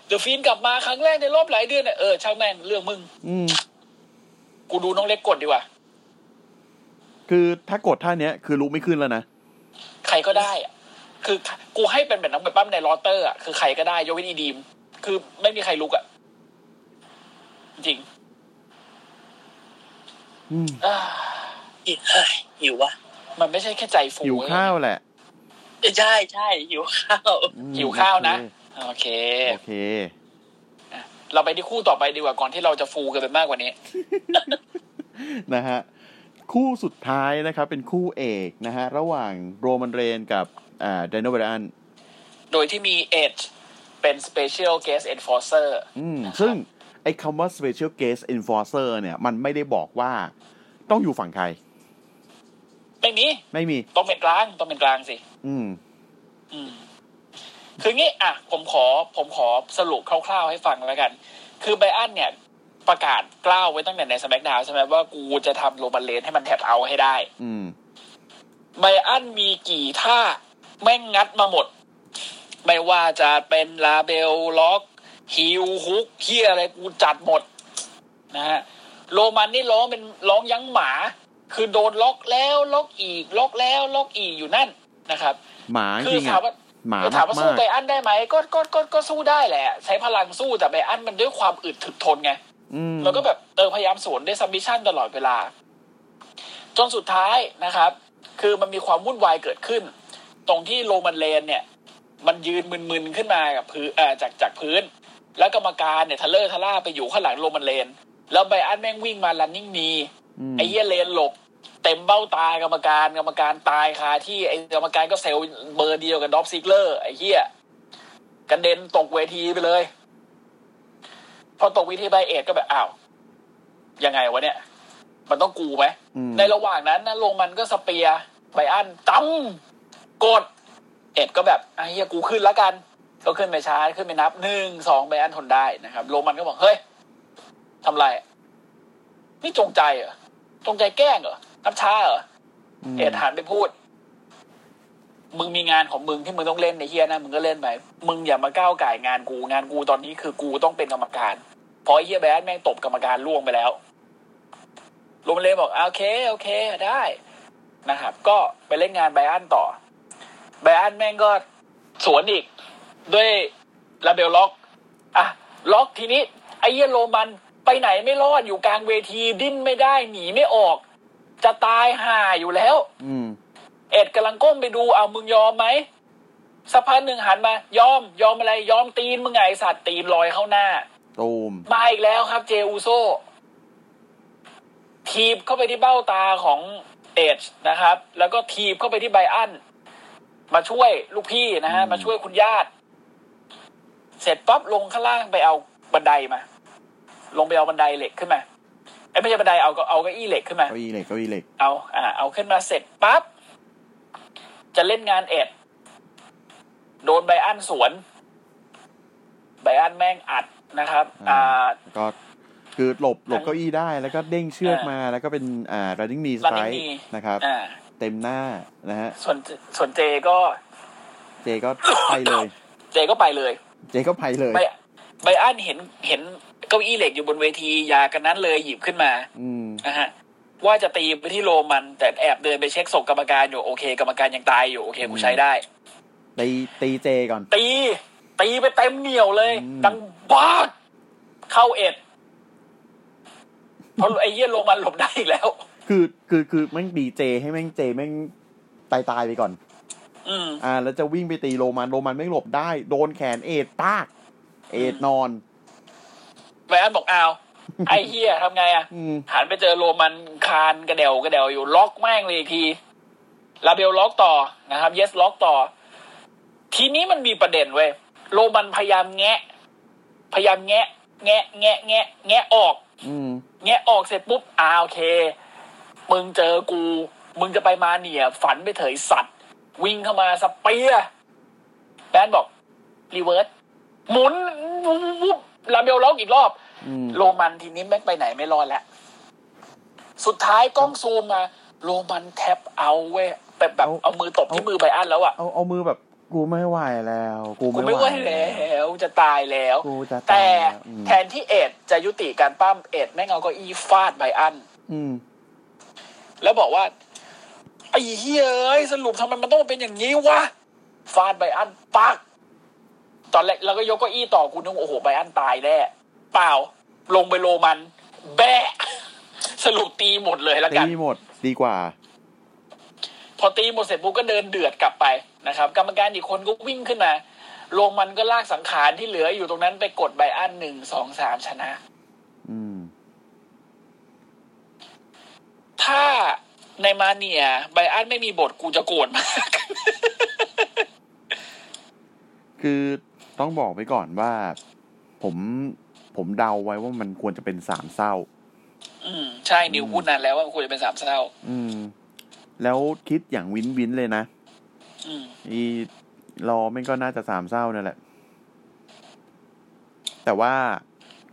Speaker 3: เดอะฟินกลับมาครั้งแรกในรอบหลายเดือนเนี่ยเออช่างแม่งเรื่องมึง
Speaker 2: อืม
Speaker 3: กูดูน้องเล็กกดดีกว่า
Speaker 2: คือถ้ากดท่าเนี้ย คือลุกไม่ขึ้นแล้วนะ
Speaker 3: ใครก็ได้อะคือกูให้เป็นแบบนักแบบปั้มในลอเตอร์อ่ะคือใครก็ได้ยกเว้นอีดีม คือไม่มีใครลุกอ่ะ จริง
Speaker 2: อืม
Speaker 3: อ่า
Speaker 4: อีกเฮ้ยหิววะ
Speaker 3: มันไม่ใช่แค่ใจฟู
Speaker 2: หิวข้าวแหละ
Speaker 4: ใช่ใช่หิวข้าว
Speaker 2: อืม
Speaker 3: หิวข้าวนะ โอเค
Speaker 2: โอเค
Speaker 3: เราไปที่คู่ต่อไปดีกว่าก่อนที่เราจะฟูกันไปมากกว่านี้
Speaker 2: *laughs* นะฮะคู่สุดท้ายนะครับ เป็นคู่เอกนะฮะ ระหว่างโรมันเรนกับอ่าไดโนเบรัน
Speaker 3: โดยที่มีเอ็ดเป็น Special Guest Enforcer
Speaker 2: อืมซึ่งไอ้คำว่า Special Guest Enforcer เนี่ย มันไม่ได้บอกว่าต้องอยู่ฝั่งใคร
Speaker 3: ไม่มี
Speaker 2: ไม่มี
Speaker 3: ต้องเป็นกลาง ต้องเป็นกลางสิ
Speaker 2: อืม
Speaker 3: อืม คืองี้อ่ะ ผมขอ ผมขอสรุปคร่าวๆให้ฟังแล้วกัน คือไบอันเนี่ย ประกาศกล้าวไว้ตั้งแต่ในสมักดาวใช่ไหมว่ากูจะทำโรบันเลนให้มันแท็บเอาท์ให้ได้
Speaker 2: อืม
Speaker 3: ไบอันมีกี่ท่าแม่งงัดมาหมด ไม่ว่าจะเป็นลาเบลล็อกฮิวฮุกเฮียอะไรกูจัดหมด นะฮะโรมันนี่ร้องเป็นร้องยั้งหมา คือโดนล็อกแล้วล็อกอีกล็อกแล้วล็อกอีกอยู่นั่นนะครับ
Speaker 2: หมาจ
Speaker 3: คื
Speaker 2: ริงๆ
Speaker 3: ถา
Speaker 2: อ่ะ
Speaker 3: มว่า
Speaker 2: หมา
Speaker 3: เออถามว่าสู้
Speaker 2: มาก
Speaker 3: ไบอันได้ไหมก็ก็ก็ก็สู้ได้แหละ ใช้พลังสู้แต่ไบอันมันด้วยความอึดถึกทนไง
Speaker 2: ๆอืม
Speaker 3: แล้วก็แบบเออพยายามสวนด้วยซัมบิชันตลอดเวลา จนสุดท้ายนะครับ คือมันมีความวุ่นวายเกิดขึ้น ตรงที่โรมันเลนเนี่ย มันยืนมึนๆขึ้นมากับพื้นเอ่อจากจากพื้น แล้วกรรมการเนี่ยทะเลอร์ทะล่าไปอยู่ข้างหลังโรมันเลน แล้วไบอันแม่งวิ่งมาลันนิ่งนี
Speaker 2: ม
Speaker 3: ไอ้เหี้ยเลนหลบ เต็มเบ้าตากรรมการกรรมการตายคาที่ไอ้กรรมการก็เซลล์เบอร์เดียวกับดอฟซิกเลอร์ไอ้เหี้ยกระเด็นตกเวทีไปเลย พอตกเวทีไบเอ็ดก็แบบอ้าว ยังไงวะเนี่ย มันต้องกูไหม
Speaker 2: อืม
Speaker 3: ในระหว่างนั้นนะลงมันก็สเปียร์ไบอันจำกด เอ็ดก็แบบไอ้เฮียกูขึ้นแล้วกัน ก็ขึ้นไปช้าขึ้นไปนับหนึ่งสองไบอันทนได้นะครับโรมันก็บอก เฮ้ยทำไร นี่จงใจเหรอ จงใจแกล้งเหรอ นับช้าเหรอ
Speaker 2: ม
Speaker 3: เอ็ดหันไปพูด มึงมีงานของมึงที่มึงต้องเล่นในเฮียนะมึงก็เล่นไป มึงอย่ามาก้าวไก่ายงานกู งานกูตอนนี้คือกูต้องเป็นกรรมการ เพราะไอ้เฮียแบดแม่งตบกรรมการล่วงไปแล้วโรมเลยบอกอ่ะโอเค โอเค ได้นะครับ ก็ไปเล่นงานไบรอันต่อ ไบรอันแม่งก็สวนอีก ด้วยลาเบลล็อกอ่ะล็อกทีนี้ ไอ้เฮียโรมันไปไหนไม่รอดอยู่กลางเวทีดิ้นไม่ได้หนีไม่ออก จะตายห่าอยู่แล้ว
Speaker 2: อืม
Speaker 3: เอ็ดกำลังก้มไปดูเอามึงยอมไหมสักพักหนึ่งหันมายอมยอมอะไรยอมตีนมึงไงไอ้สัตว์ตีนลอยเข้าหน้า
Speaker 2: โตม
Speaker 3: มาอีกแล้วครับเจอูโซทีบเข้าไปที่เบ้าตาของเอ็ดนะครับ แล้วก็ทีบเข้าไปที่ไบอัน มาช่วยลูกพี่นะฮะ
Speaker 2: อืม
Speaker 3: มาช่วยคุณญาติ เสร็จปั๊บลงข้างล่างไปเอาบันไดมา ลงไปเอาบันไดเหล็กขึ้นมาไอ้ยไม่ใช่บันไดเอาก็เอาเก็อี้เหล็กขึ้นมา
Speaker 2: เก้าอี้เหล็กเก้าอี้เหล็ก
Speaker 3: เอา อ่า เอาขึ้นมาเสร็จปั๊บ จะเล่นงานเอ็ด โดนไบอันสวน ไบอันแม่งอัดนะครับ อ่า
Speaker 2: แล้วก็คือหลบหลบเก้าอี้ได้แล้วก็เด้งเชือกมาแล้วก็เป็นอ่า running knee
Speaker 3: running
Speaker 2: strike
Speaker 3: knee
Speaker 2: นะครับ
Speaker 3: อ่า
Speaker 2: เต็มหน้านะฮะ
Speaker 3: ส่วน ส่วนเจก็
Speaker 2: เจ
Speaker 3: *laughs*
Speaker 2: ก็ไปเลย
Speaker 3: เจก็ไปเลย
Speaker 2: เจก็ไปเลย
Speaker 3: ไบไบอันเห็น เห็นเก้าอี้เหล็กอยู่บนเวที ยากันนั้นเลยหยิบขึ้นมา
Speaker 2: อืม
Speaker 3: นะฮะ ว่าจะตีไปที่โรมัน แต่แอบเดินไปเช็คศพกรรมการอยู่ โอเค กรรมการยังตายอยู่ โอเค กูใช้ได้
Speaker 2: ตีตีเจก่อน
Speaker 3: ตี ตีไปเต็มเหนียวเลย
Speaker 2: อืม
Speaker 3: ดังบาดเข้าเอ็ดเพราะไอ้เยี่ยโรมันหลบได้อีกแล้ว
Speaker 2: คือคือคือแม่งดีเจให้แม่งเจแม่งตายตายไปก่อน
Speaker 3: อืม
Speaker 2: อ่า แล้วจะวิ่งไปตีโรมันโรมันไม่งหลบได้ โดนแขนเอ็ดปาก เอ็ดนอน *laughs*
Speaker 3: ไบรอันบอกอ้าว ไอ้เฮียทำไงอ่ะ
Speaker 2: อืม
Speaker 3: หันไปเจอโรมันคานกระเดวกระเดวอยู่ล็อกแม่งเลยอีกทีลาเบลล็อกต่อนะครับเยสล็อกต่อ ทีนี้มันมีประเด็นเว้ยโรมันพยายามแงะ พยายามแงะ แงะ แงะ แงะ แงะออก
Speaker 2: อืม
Speaker 3: แงะออกเสร็จปุ๊บอ่าโอเค มึงเจอกู มึงจะไปมาเนี่ย ฝันไปเถยสัตว์ วิ่งเข้ามาสเปียร์แบนบอก รีเวิร์สหมุนวุบวุบวุบลาเบลล็อกอีกรอบ
Speaker 2: อืม
Speaker 3: โรมันทีนี้แม่งไปไหนไม่รอดแล้ว สุดท้ายกล้องซูมมา โรมันแท็บเอาเว้ยแบบแบบ
Speaker 2: เอา
Speaker 3: เอามือตบที่มือไบอันแล้วอ่ะ
Speaker 2: เอาเอามือแบบกูไม่ไหวแล้ว กู
Speaker 3: กูไม่ไหวแล้วจะตายแล้ว
Speaker 2: กูจะ
Speaker 3: แต่
Speaker 2: ตายล้วอืม
Speaker 3: แทนที่เอ็ดจะยุติการปั้มเอ็ดแม่งเอาเก็อีฟาดไบอัน
Speaker 2: อืม
Speaker 3: แล้วบอกว่า ไอ้เฮ้ยเอ้ยสรุปทำไมมันต้องมาเป็นอย่างนี้วะฟาดไบอันปัก ตอนแรกเราก็ยกเก้าอี้ต่อกูนึกว่าโอ้โหไบอันตายแน่เปล่า ลงไปโลมัน แบะ *laughs* สรุปตีหมดเลยแล้วกัน
Speaker 2: ตีหมดดีกว่า
Speaker 3: พอตีหมดเสร็จปุ๊บก็เดินเดือดกลับไปนะครับ กรรมการอีกคนก็วิ่งขึ้นมาโลมันก็ลากสังขารที่เหลืออยู่ตรงนั้นไปกดไบอันหนึ่งสองสามชนะ
Speaker 2: อืม
Speaker 3: ถ้าในมาเนียไบอันไม่มีบทกูจะโกรธมาก *laughs*
Speaker 2: คือต้องบอกไว้ก่อนว่า ผมผมเดาไว้ว่ามันควรจะเป็นสามเศร้า
Speaker 3: อืมใช่ นิวพูดนานแล้วว่ามันควรจะเป็นสามเศร้า
Speaker 2: อืม แล้วคิดอย่างวินวินเลยนะ
Speaker 3: อืม
Speaker 2: อีรอไม่ก็น่าจะสามเศร้านั่นแหละ แต่ว่า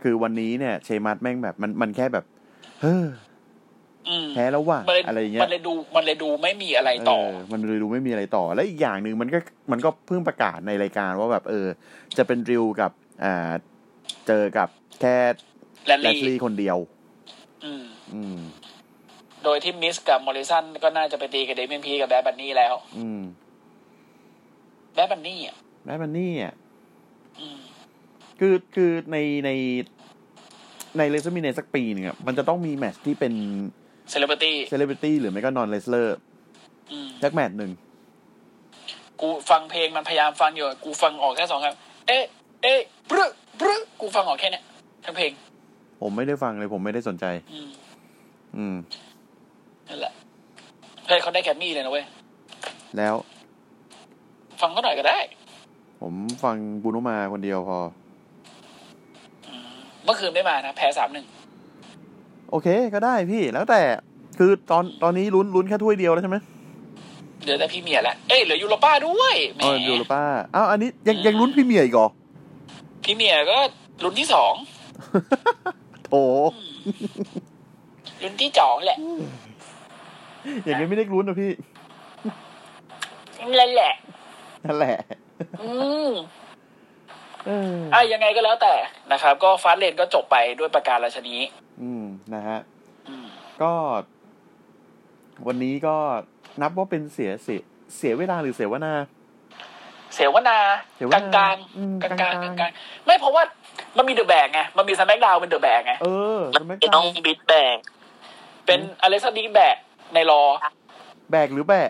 Speaker 2: คือวันนี้เนี่ย เชมัสแม่งแบบมันมันแค่แบบ เฮ้อ
Speaker 3: อืม
Speaker 2: แพ้แล้วว่ะ
Speaker 3: มันเลย
Speaker 2: อะไรอย่างเงี้ย
Speaker 3: มันเลยดูมันเลยดูไม่มีอะไรต่อ
Speaker 2: เออมันเลยดูไม่มีอะไรต่อ และอีกอย่างหนึ่งมันก็มันก็เพิ่งประกาศในรายการว่าแบบเออ จะเป็นริวกับอ่าเจอกับแค่
Speaker 3: และ
Speaker 2: แลช
Speaker 3: ลี
Speaker 2: ลีย์คนเดียว
Speaker 3: อืม
Speaker 2: อืม
Speaker 3: โดยที่มิสกับมอริสันก็น่าจะไปตีกับเดเมียนพีกับแบดบันนี่แล้ว
Speaker 2: อืม
Speaker 3: แบดบันนี่อ่ะ
Speaker 2: แม้มันนี่อ่ะ
Speaker 3: อืม
Speaker 2: คือคือในในในเลเซอร์มิเนสักปีหนึ่งอ่ะมันจะต้องมีแมตช์ที่เป็น
Speaker 3: เซเลบริตี้
Speaker 2: เซเลบริตี้หรือไม่ก็นอนเลสเลอร์
Speaker 3: อืม
Speaker 2: สักแมตช์หนึ่ง
Speaker 3: กูฟังเพลงมันพยายามฟังอยู่ กูฟังออกแค่สองคำเอ๊ะ เอ๊ะบรึบรึกูฟังออกแค่เนี้ยทั้งเพลง
Speaker 2: ผมไม่ได้ฟังเลยผมไม่ได้สนใจ
Speaker 3: อืม
Speaker 2: อืม
Speaker 3: นั่นแหละ เฮ้ยเขาได้แกรมมี่เลยนะเว้ย
Speaker 2: แล้ว
Speaker 3: ฟังเขาหน่อยก็ได้
Speaker 2: ผมฟังบูโนมาคนเดียวพอ
Speaker 3: เมื่อคืนไม่มานะ แพ้สามหนึ่ง
Speaker 2: โอเคก็ได้พี่แล้วแต่คือตอนตอนนี้ลุ้นลุ้นแค่ถ้วยเดียวแล้วใช่ไหม
Speaker 3: เหลือแต่พี่เมียแล้ว เอ้ยเหลือยูโรป้าด้วยแหม
Speaker 2: เออยูโรป้าอ้าวอันนี้ยัง
Speaker 3: อืม
Speaker 2: ยังลุ้นพรี่เมียร์อีกเหรอ
Speaker 3: พี่เมียก็รุ่นที่สอง
Speaker 2: โอ้
Speaker 3: รุ่นที่สองแหละ
Speaker 2: อย่างนี้ไม่ได้ลุ้นนะพี่
Speaker 3: นั่นแหละ
Speaker 2: นั่นแหละ
Speaker 3: อืม
Speaker 2: เออ
Speaker 3: อ่ะยังไงก็แล้วแต่นะครับ ก็ฟาสเลนก็จบไปด้วยประการราชนี
Speaker 2: อืมนะฮะ
Speaker 3: อืม
Speaker 2: ก็ วันนี้ก็นับว่าเป็นเสียเสียเสียเวลาหรือเสียวนา
Speaker 3: เสวน
Speaker 2: เสว
Speaker 3: ก
Speaker 2: นา
Speaker 3: ลางกลาง
Speaker 2: อืม
Speaker 3: กลางกลาง
Speaker 2: กลางๆ
Speaker 3: กลางๆไม่เพราะว่ามันมีเดอะแบกไง มันมีสแมกดาวเป็นเดอะแบกไง
Speaker 2: เออ
Speaker 4: มัน
Speaker 2: ไม่
Speaker 4: จะต้องบิดแบง
Speaker 3: เป็นอเล็กซ์ดีแบกในรอ
Speaker 2: แบกหรือแบะ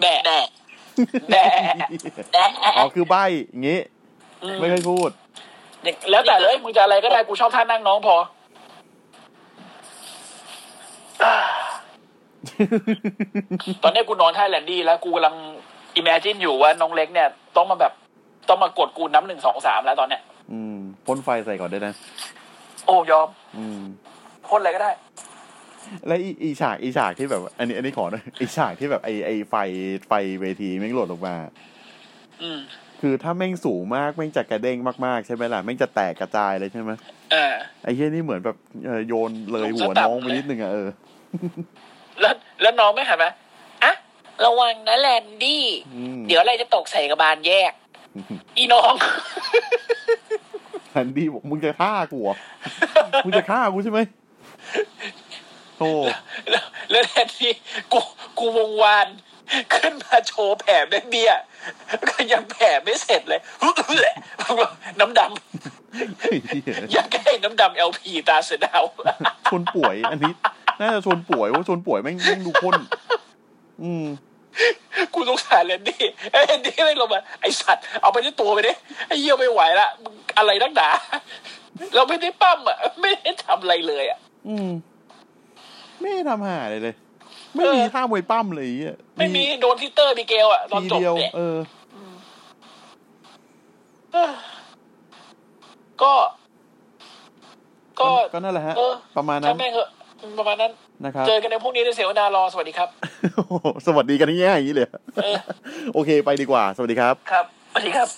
Speaker 3: แบก
Speaker 4: แบก
Speaker 3: แบก
Speaker 4: แบก
Speaker 2: อ๋อคือใบอย่างงี้
Speaker 3: อืม
Speaker 2: ไม่เคยพูด
Speaker 3: แล้วแต่เลยมึงจะอะไรก็ได้กูชอบท่านั่งน้องพอ ตอนเนี้ยกูนอนท่าแลนดี้แล้วกูกำลังอิมเมจินอยู่ว่าน้องเล็กเนี่ย ต้องมาแบบต้องมากดกูน้ำหนึ่งสองสามแล้วตอนเนี้ย
Speaker 2: อืมพ่นไฟใส่ก่อนได้วยนะ
Speaker 3: โอ้ยอม
Speaker 2: อืม
Speaker 3: พ่นอะไรก็ได้
Speaker 2: และอีอีฉากอีฉากที่แบบ อันนี้อันนี้ขอหน่อย *laughs* อีฉากที่แบบไอไอไฟไฟเวทีแม่งหล่นลงมา
Speaker 3: อืม
Speaker 2: คือถ้าแม่งสูงมากแม่งจะกระเด้งมากๆใช่ไหมล่ะแม่งจะแตกกระจายเลยใช่ไหม
Speaker 3: เออ
Speaker 2: ไอ้เหี้ยนี่เหมือนแบบเอ่อโยนเลยหัวน้องไปนิดนึงอ่ะเออ
Speaker 3: แล้วแล้วน้องไม่หันมาอะระวังนะแลนดี้
Speaker 2: อืม
Speaker 3: เดี๋ยวอะไรจะตกใส่กระบาลแย *laughs* ก อีน้อง *laughs*
Speaker 2: แอนดี้บอกมึงจะฆ่ากู
Speaker 3: *laughs*
Speaker 2: เหรอมึงจะฆ่ากูใช่ไหมโอ้
Speaker 3: *laughs* แล้วแล้วแลนดี้กูกูวงวาน ขึ้นมาโชว์แผลแม่เบี้ยก็ยังแผลไม่เสร็จเลย *laughs* น้ำด
Speaker 2: ไอ้เหี้ย
Speaker 3: *laughs* ำอยากให้น้ำดำเอลพีตาเสือดาว
Speaker 2: ชนป่วย อันนี้น่าจะชนป่วยว่าชนป่วยแม่งแม่งดูข้นอืม
Speaker 3: กูสงสารเลนดี้ไอ้เลนดี้ไม่ลงมาไอสัตว์เอาไปที่ตัวไปดิไอ้เยี่ยไม่ไหวละมึงอะไรนักหนา เราไม่ได้ปั้มอ่ะ ไม่ได้ทำอะไรเลยอ่ะ
Speaker 2: อืม ไม่ได้ทำหาอะไรเลย ไม่มี
Speaker 3: เออ
Speaker 2: ท่ามวยปั้มเลยอ่ะ
Speaker 3: ไม่มีโดนทิเตอร์มิเกลอ่ะ ตอน
Speaker 2: ที
Speaker 3: จบ
Speaker 2: เดียว
Speaker 3: เนี่ย
Speaker 2: เออ
Speaker 3: เออก็ ก็
Speaker 2: ก็นั่นแหละฮะ
Speaker 3: เออ
Speaker 2: ประมาณนั้
Speaker 3: ถ้าน แม่งเหอะประมาณนั้น
Speaker 2: นะครับ
Speaker 3: เจ
Speaker 2: *laughs*
Speaker 3: อกันในพรุ่งนี้ในเสวนารอสวัสดีครับ
Speaker 2: โอ้โหสวัสดีกันง่ายๆอย่างนี้เลย
Speaker 3: เออ
Speaker 2: โอเคไปดีกว่า สวัสดีครับ
Speaker 3: ครับสวัสดีครับ